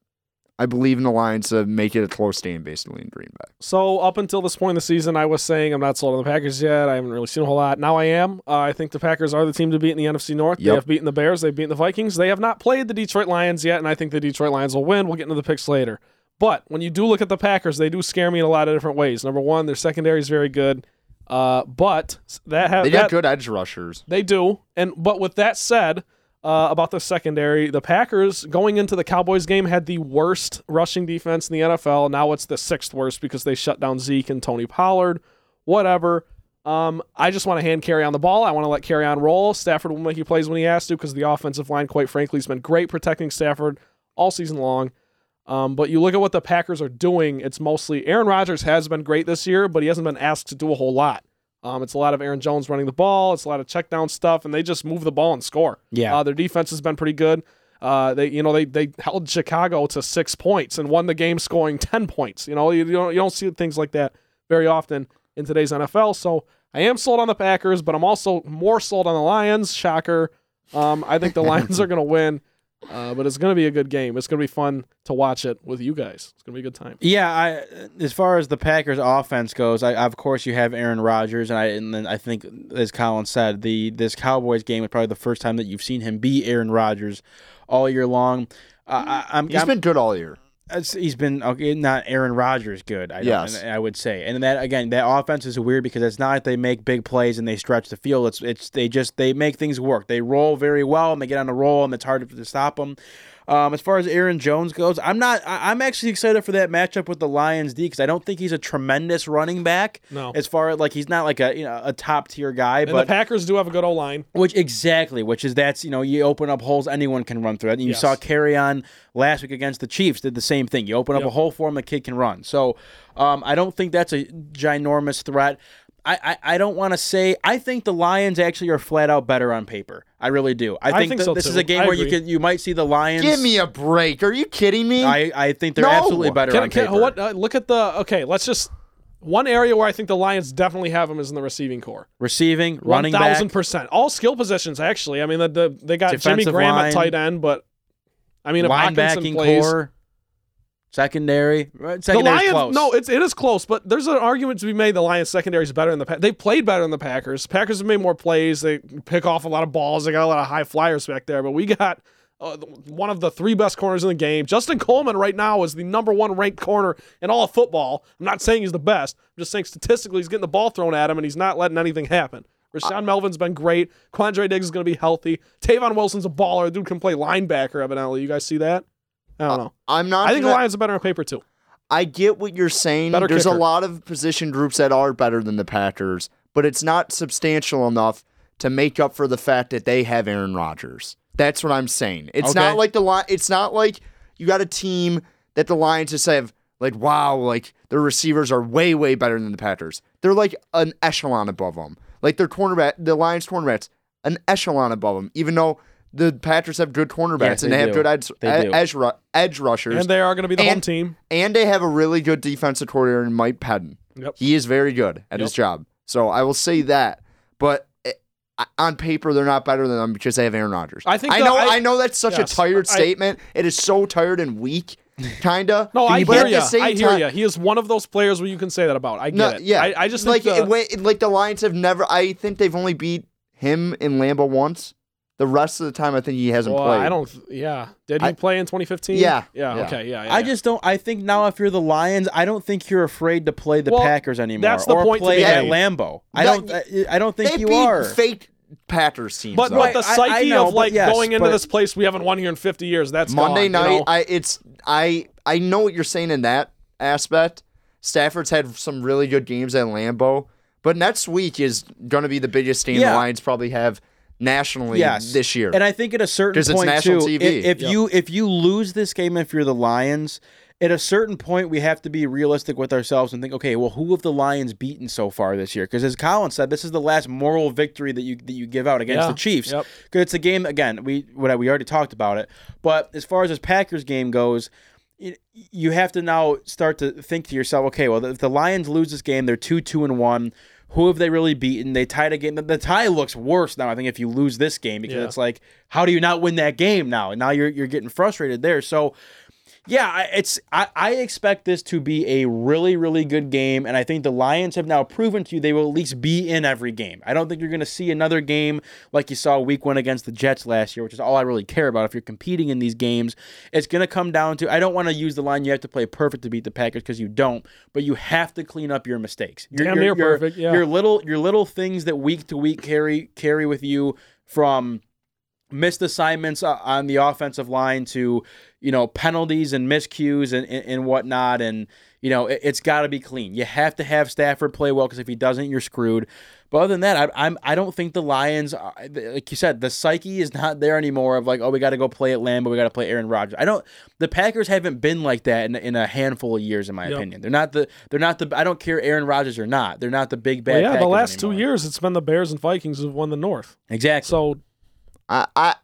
S4: I believe in the Lions to make it a close game basically in Green Bay.
S3: So up until this point in the season, I was saying I'm not sold on the Packers yet. I haven't really seen a whole lot. Now I am. Uh, I think the Packers are the team to beat in the NFC North. They
S4: Yep.
S3: have beaten the Bears. They've beaten the Vikings. They have not played the Detroit Lions yet, and I think the Detroit Lions will win. We'll get into the picks later. But when you do look at the Packers, they do scare me in a lot of different ways. Number one, their secondary is very good. Uh, but that ha-
S4: They
S3: that,
S4: got good edge rushers.
S3: They do. And but with that said, uh, about the secondary, the Packers going into the Cowboys game had the worst rushing defense in the NFL. Now it's the sixth worst because they shut down Zeke and Tony Pollard. Whatever. Um, I just want to hand carry on the ball. I want to let carry on roll. Stafford will make he plays when he has to because the offensive line, quite frankly, has been great protecting Stafford all season long. Um, but you look at what the Packers are doing, it's mostly Aaron Rodgers has been great this year, but he hasn't been asked to do a whole lot. Um, it's a lot of Aaron Jones running the ball. It's a lot of check down stuff, and they just move the ball and score.
S2: Yeah.
S3: Uh, their defense has been pretty good. Uh, they, you know, they they held Chicago to six points and won the game scoring ten points. You know, you, you don't you don't see things like that very often in today's NFL. So I am sold on the Packers, but I'm also more sold on the Lions. Shocker. Um, I think the Lions are going to win, uh, but it's going to be a good game. It's going to be fun to watch it with you guys. It's going to be a good time.
S2: Yeah, I as far as the Packers offense goes, I, of course you have Aaron Rodgers, and I and then I think as Colin said, the this Cowboys game is probably the first time that you've seen him be Aaron Rodgers all year long. Uh, I, I'm,
S4: He's
S2: I'm-
S4: been good all year.
S2: it's- he's been okay, not Aaron Rodgers good. I don't-
S4: Yes.
S2: I would say, and that again, that offense is weird because it's not like they make big plays and they stretch the field. It's it's they just they make things work. They roll very well and they get on a roll and it's hard to stop them. Um, as far as Aaron Jones goes, I'm not. I, I'm actually excited for that matchup with the Lions D because I don't think he's a tremendous running back.
S3: No.
S2: as far as like he's not like a you know a top tier guy,
S3: And
S2: but
S3: the Packers do have a good O line.
S2: which exactly, which is that's you know you open up holes anyone can run through. And you
S3: Yes.
S2: saw carry on last week against the Chiefs did the same thing. You open up a hole for him, the kid can run. So um, I don't think that's a ginormous threat. I, I, I don't want to say I think the Lions actually are flat out better on paper. I really do. I think,
S3: think
S2: that
S3: so,
S2: this
S3: too.
S2: is a game
S3: I
S2: where you
S3: agree.
S2: can you might see the Lions.
S4: Give me a break. Are you kidding me?
S2: I, I think they're
S4: No!
S2: absolutely better
S3: Can,
S2: on
S3: can-
S2: paper.
S3: what? Uh, look at the. Okay, let's just. One area where I think the Lions definitely have him is in the receiving core.
S2: Receiving, running
S3: One thousand
S2: back.
S3: percent. All skill positions, actually. I mean, the, the, they got Jimmy
S2: Defensive
S3: Graham
S2: line.
S3: at tight end, but I mean, if Hawkinson
S2: linebacking
S3: plays,
S2: core, secondary. Right,
S3: the
S2: Secondary's
S3: Lions.
S2: close.
S3: No, it's it is close, but there's an argument to be made. The Lions secondary is better than the Pack. They played better than the Packers. Packers have made more plays. They pick off a lot of balls. They got a lot of high flyers back there. But we got uh, one of the three best corners in the game. Justin Coleman right now is the number one ranked corner in all of football. I'm not saying he's the best. I'm just saying statistically he's getting the ball thrown at him and he's not letting anything happen. Rashawn Melvin's been great. Quandre Diggs is going to be healthy. Tavon Wilson's a baller. dude can play linebacker evidently. You guys see that? I don't know.
S4: I'm not.
S3: I think the
S4: gonna-
S3: Lions are better on paper too.
S4: I get what you're saying.
S3: Better
S4: There's a
S3: kicker.
S4: lot of position groups that are better than the Packers, but it's not substantial enough to make up for the fact that they have Aaron Rodgers. That's what I'm saying. It's
S2: Okay.
S4: not like the Li- it's not like you got a team that the Lions just have like wow, like their receivers are way way better than the Packers. They're like an echelon above them. Like their cornerback, the Lions cornerbacks, an echelon above them. Even though the Packers have good cornerbacks
S2: Yes,
S4: and
S2: they
S4: they have
S2: do.
S4: good edge,
S2: They do.
S4: edge, ru- edge rushers,
S3: And they are going to be the home
S4: And-
S3: team.
S4: and they have a really good defensive coordinator in Mike Patton.
S3: Yep.
S4: He is very good at his job. So I will say that. But eh, on paper, they're not better than them because they have Aaron Rodgers.
S3: I think
S4: I
S3: the-
S4: know.
S3: I-
S4: I, know that's such
S3: Yes.
S4: a tired
S3: I-
S4: statement. It is so tired and weak, kinda.
S3: No, I
S4: But
S3: hear
S4: at
S3: you.
S4: the same
S3: I hear
S4: time-
S3: you. He is one of those players where you can say that about. I get
S4: No,
S3: it.
S4: yeah.
S3: I, I just
S4: like
S3: think the-
S4: it went- like the Lions have never. I think they've only beat him in Lambeau once. The rest of the time, I think he hasn't
S3: well,
S4: played.
S3: I don't. Yeah. Did he
S4: I-
S3: play in 2015?
S4: Yeah.
S3: Yeah.
S4: Yeah.
S3: Okay. Yeah. yeah,
S2: I
S3: yeah.
S2: just don't. I think now if you're the Lions, I don't think you're afraid to play the
S3: Well,
S2: Packers anymore.
S3: that's the
S2: or
S3: point to
S2: Play
S3: be
S2: at
S3: made.
S2: Lambeau. I
S4: No,
S2: don't. I- I don't think
S4: they
S2: you
S4: beat
S2: are.
S4: fake Packers teams.
S3: But,
S4: though.
S3: but
S2: Right, I-
S3: the
S2: I
S3: psyche
S2: know,
S3: of
S2: but
S3: like
S2: yes,
S3: going into
S2: but-
S3: this place, we haven't won here in 50 years. That's
S4: Monday
S3: gone,
S4: night,
S3: You know?
S4: I it's I I know what you're saying in that aspect. Stafford's had some really good games at Lambeau, but next week is going to be the biggest game
S2: Yeah.
S4: the Lions probably have nationally
S2: yes.
S4: this year.
S2: And I think at a certain
S4: 'Cause it's
S2: point
S4: national
S2: too,
S4: TV.
S2: i- if you if you lose this game, if you're the Lions, at a certain point we have to be realistic with ourselves and think, okay, well, who have the Lions beaten so far this year? Because as Colin said, this is the last moral victory that you that you give out against
S3: Yeah.
S2: the Chiefs.
S3: Yep.
S2: 'Cause it's a game again. We what we already talked about it, but as far as this Packers game goes. it- You have to now start to think to yourself, okay, well, if the Lions lose this game, they're two, two, and one. Who have they really beaten? They tied a game. The- The tie looks worse now. I think if you lose this game, because
S3: Yeah.
S2: it's like, how do you not win that game now? And now you're you're getting frustrated there. So, yeah, I- it's I, I expect this to be a really really good game, and I think the Lions have now proven to you they will at least be in every game. I don't think you're going to see another game like you saw Week One against the Jets last year, which is all I really care about. If you're competing in these games, it's going to come down to I don't want to use the line you have to play perfect to beat the Packers because you don't, but you have to clean up your mistakes. Your,
S3: Damn near perfect, yeah.
S2: Your little your little things that week to week carry carry with you from missed assignments uh, on the offensive line to you know penalties and miscues and and, and whatnot and you know it, it's got to be clean you have to have stafford play well because if he doesn't you're screwed but other than that I, i'm i don't think the lions are, like you said the psyche is not there anymore of like oh we got to go play at lambeau we got to play aaron rodgers i don't the packers haven't been like that in, in a handful of years in my opinion they're not the they're not the i don't care aaron rodgers or not they're not the big bad
S3: Well, yeah. The
S2: Packers
S3: last two
S2: anymore.
S3: years, it's been the Bears and Vikings who've won the North.
S2: exactly
S3: So
S4: I, I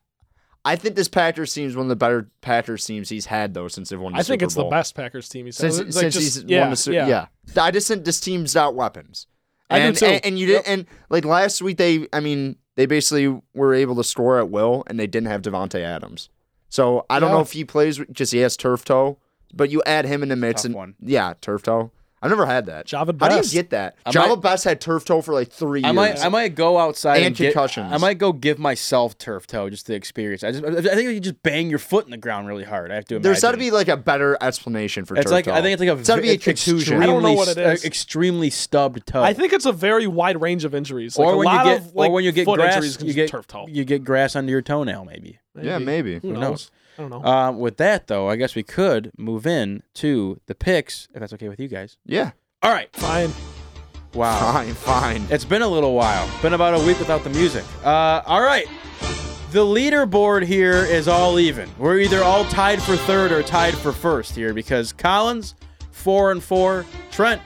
S4: I think this Packers team's one of the better Packers teams he's had though since they've won. The
S3: I think
S4: Super
S3: it's
S4: Bowl.
S3: the best Packers team he's had.
S4: since
S3: It's like
S4: since
S3: just-
S4: he's
S3: yeah,
S4: won the Super. Yeah. I just think this team's not weapons.
S3: I do
S4: And,
S3: too.
S4: and and you didn't and like last week they I mean they basically were able to score at will and they didn't have Devonte Adams. So I don't know
S3: Yeah.
S4: if he plays because he has turf toe, but you add him in the mix
S2: Tough
S4: and
S2: one.
S4: yeah, turf toe. I've never had that.
S3: Javid
S4: How do you
S3: Best.
S4: get that?
S2: I
S4: Java
S2: might-
S4: Best had turf toe for like three years.
S2: I might I might go outside
S4: And
S2: get-
S4: concussions.
S2: I might go give myself turf toe just to experience. I just I think you just bang your foot in the ground really hard. I have to imagine.
S4: There's got to be like a better explanation for
S2: it's
S4: turf
S2: like
S4: toe.
S2: I think it's like a
S4: it's got to be a
S2: it's
S4: contusion.
S2: extremely
S3: I don't know what it
S2: st-
S3: is.
S2: extremely stubbed toe.
S3: I think it's a very wide range of injuries. Like
S2: or
S3: a
S2: when you
S3: lot
S2: get
S3: of like
S2: or when you get
S3: foot
S2: grass
S3: injuries, can
S2: you
S3: just
S2: get
S3: turf toe.
S2: you get grass under your toenail maybe.
S4: Yeah, maybe.
S3: Who knows? Uh, I don't know.
S2: Um, with that though, I guess we could move in to the picks if that's okay with you guys.
S4: Yeah.
S2: All right.
S3: Fine.
S2: Wow.
S4: Fine, fine.
S2: It's been a little while. Been about a week without the music. Uh, all right. The leaderboard here is all even. We're either all tied for third or tied for first here because Collins, four and four, Trent,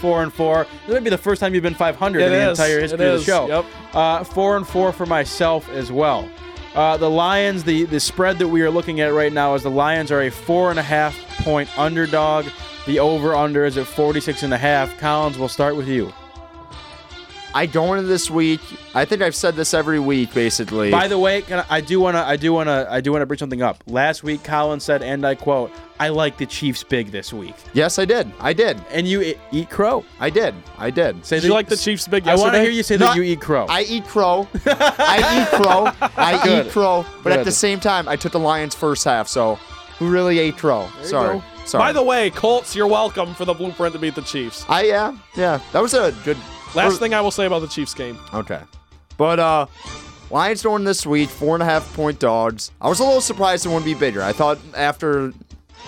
S2: four and four. This might be the first time you've been 500 in
S3: It
S2: the
S3: is.
S2: entire
S3: It
S2: history of the
S3: is.
S2: show.
S3: Yep.
S2: Uh, four and four for myself as well. Uh, the Lions, the, the spread that we are looking at right now is the Lions are a four and a half point underdog. The over under is at 46 and a half. Collins, we'll start with you.
S4: I go into this week. I think I've said this every week, basically.
S2: By the way, can I, I do wanna, I do wanna, I do wanna bring something up. Last week, Collins said, and I quote, "I like the Chiefs big this week."
S4: yes, I did. I did.
S2: And you e- eat crow.
S4: I did. I did.
S2: Say
S3: Did you like the Chiefs big
S2: I want to
S3: yesterday?
S2: hear you say
S4: No,
S2: that you eat crow.
S4: I eat crow. I eat crow. I
S2: Good.
S4: eat crow. But at
S2: Good.
S4: the same time, I took the Lions first half. So who really ate crow? Sorry. Sorry.
S3: By the way, Colts, you're welcome for the blueprint to beat the Chiefs.
S4: I yeah yeah that was a good
S3: Last thing I will say about the Chiefs game.
S4: Okay. But uh Lions going this week, four and a half point dogs. I was a little surprised it wouldn't be bigger. I thought after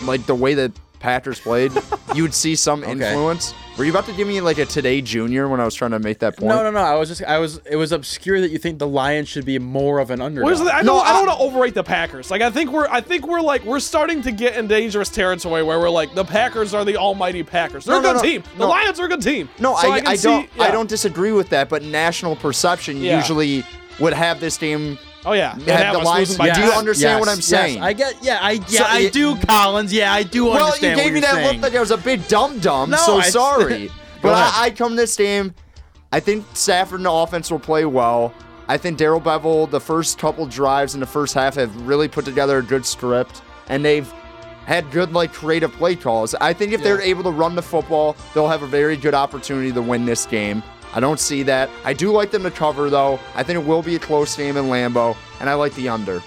S4: like the way that Packers played, you'd see some influence. Were you about to give me like a today junior when I was trying to make that point?
S2: no, no, no. I was just, I was. It was obscure that you think the Lions should be more of an underdog.
S3: What is the, I don't,
S4: No,
S3: I don't
S4: I-
S3: want to overrate the Packers. Like I think we're, I think we're like we're starting to get in dangerous territory where we're like the Packers are the almighty Packers. They're
S4: No,
S3: a
S4: no,
S3: good
S4: no,
S3: team. The
S4: no.
S3: Lions are a good team.
S4: No,
S3: So
S4: I,
S3: can
S4: I,
S3: see-
S4: don't
S3: yeah.
S4: I don't disagree with that, but national perception
S3: Yeah.
S4: usually would have this game
S3: Oh yeah,
S4: had
S3: That
S4: the
S3: was
S4: Lions-
S3: losing by
S4: Yeah. Do you
S3: ten.
S4: understand what I'm saying?
S2: I get. Yeah, I, yeah,
S4: So
S2: I
S4: it-
S2: do, Collins. Yeah, I do
S4: Well, you
S2: understand.
S4: gave
S2: what you're
S4: me that
S2: saying.
S4: look like I was a big dumb dumb.
S2: No,
S4: so
S2: I-
S4: sorry.
S2: Go
S4: but
S2: ahead.
S4: I, I come this game. I think Stafford and the offense will play well. I think Daryl Bevel, the first couple drives in the first half, have really put together a good script, and they've had good like creative play calls. I think if they're able to run the football, they'll have a very good opportunity to win this game. I don't see that. I do like them to cover though. I think it will be a close game in Lambeau, and I like the under.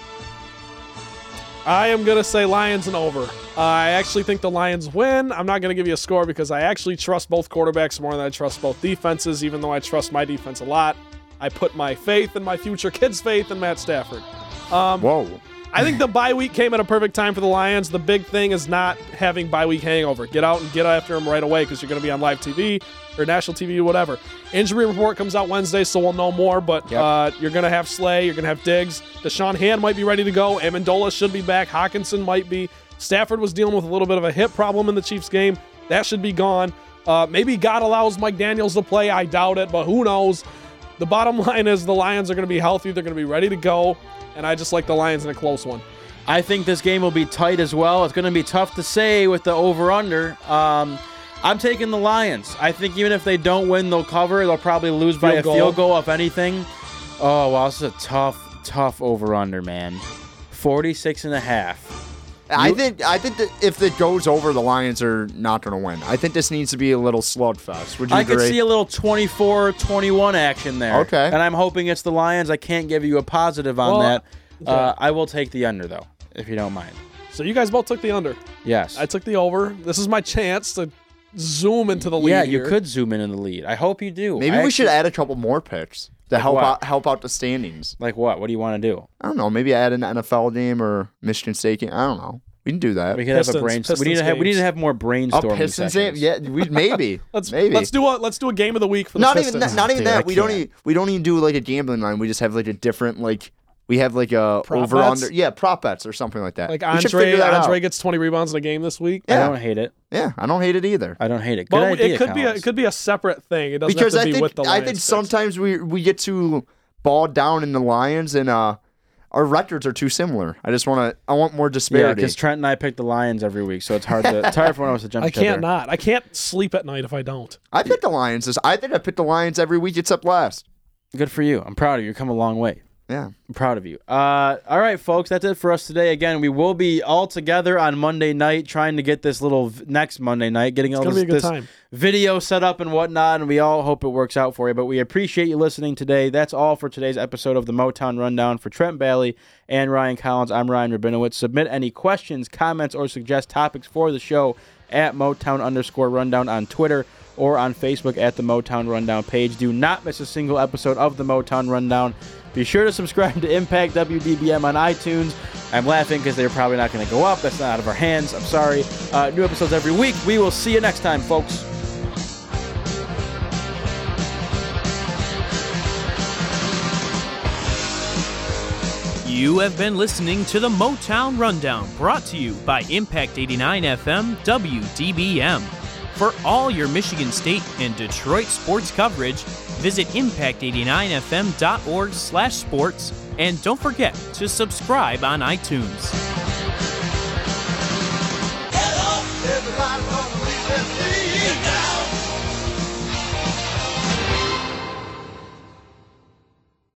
S3: I am gonna say Lions and over. I actually think the Lions win. I'm not gonna give you a score because I actually trust both quarterbacks more than I trust both defenses. Even though I trust my defense a lot, I put my faith and my future kids' faith in Matt Stafford.
S2: Um,
S4: Whoa.
S3: I think the bye week came at a perfect time for the Lions. The big thing is not having bye week hangover. Get out and get after them right away because you're going to be on live TV or national TV, whatever. Injury report comes out Wednesday, so we'll know more. But uh, you're going to have Slay, you're going to have Diggs. Deshaun Hand might be ready to go. Amendola should be back. Hawkinson might be. Stafford was dealing with a little bit of a hip problem in the Chiefs game. That should be gone. Uh, maybe God allows Mike Daniels to play. I doubt it, but who knows? The bottom line is the Lions are going to be healthy. They're going to be ready to go. And I just like the Lions in a close one.
S2: I think this game will be tight as well. It's going to be tough to say with the over under. Um, I'm taking the Lions. I think even if they don't win, they'll cover. They'll probably lose by
S3: Field
S2: a
S3: goal.
S2: field goal, if anything. Oh, wow. This is a tough, tough over under, man. 46 and a half.
S4: I think I think that if it goes over, the Lions are not going to win. I think this needs to be a little slugfest. Would you
S2: I
S4: agree?
S2: could see a little 24 21 action there.
S4: Okay.
S2: And I'm hoping it's the Lions. I can't give you a positive on
S3: Well,
S2: that. Uh, I will take the under, though, if you don't mind.
S3: So you guys both took the under.
S2: Yes.
S3: I took the over. This is my chance to zoom into the lead.
S2: yeah, you
S3: here.
S2: could zoom in in the lead. I hope you do.
S4: Maybe
S2: I
S4: we should
S2: actually-
S4: add a couple more picks to help
S2: what?
S4: out help out the standings.
S2: Like what? What do you want to do?
S4: I don't know. Maybe add an NFL game or Michigan State game. I don't know. We can do that.
S2: We could have
S3: Pistons-
S2: a brain.
S3: Pistons
S2: we need to have. We need
S3: games.
S2: to have more
S4: a
S2: brainstorming
S4: Pistons game?
S2: sessions.
S4: Yeah, we maybe.
S3: Let's
S4: maybe.
S3: let's do a let's do a game of the week for the
S4: not even
S3: Pistons.
S4: not, not even
S2: Dude, I
S4: that. We don't
S2: can't.
S4: even we don't even do like a gambling line. We just have like a different like we have like a
S3: Prop
S4: over
S3: bets?
S4: under yeah prop bets or something like that.
S3: like
S4: we should
S3: Andre
S4: figure that
S3: Andre
S4: out.
S3: gets 20 rebounds in a game this week.
S2: I
S4: Yeah.
S2: don't hate it.
S4: Yeah, I don't hate it either.
S2: I don't hate it. Good
S3: But
S2: idea.
S3: it could be a,
S2: Collins.
S3: it could be a separate thing. It doesn't
S4: because
S3: have to
S4: I
S3: be
S4: think
S3: with the
S4: I
S3: Lions.
S4: think
S3: picks.
S4: sometimes we we get too balled down in the Lions and uh our records are too similar. I just want to I want more
S2: yeah,
S4: disparity.
S2: because Trent and I pick the Lions every week, so it's hard to. it's hard for one of us to jump.
S3: I
S2: each other.
S3: can't not. I can't sleep at night if I don't.
S4: I pick the Lions. This I think I pick the Lions every week except last.
S2: Good for you. I'm proud of you. You've come a long way.
S4: Yeah.
S2: I'm proud of you. Uh, all right, folks, that's it for us today. Again, we will be all together on Monday night, trying to get this little v- next Monday night, getting all
S3: gonna
S2: this,
S3: be a good
S2: this
S3: time.
S2: video set up and whatnot. And we all hope it works out for you. But we appreciate you listening today. That's all for today's episode of the Motown Rundown for Trent Bailey and Ryan Collins. I'm Ryan Rabinowitz. Submit any questions, comments, or suggest topics for the show at Motown underscore rundown on Twitter or on Facebook at the Motown Rundown page. Do not miss a single episode of the Motown Rundown. Be sure to subscribe to Impact WDBM on iTunes. I'm laughing because they're probably not going to go up. That's not out of our hands. I'm sorry. Uh, new episodes every week. We will see you next time, folks.
S1: You have been listening to the Motown Rundown, brought to you by Impact 89 FM WDBM. For all your Michigan State and Detroit sports coverage, visit impact89fm.org/sports and don't forget to subscribe on iTunes.
S8: Everybody wanna leave.
S9: Tennessee.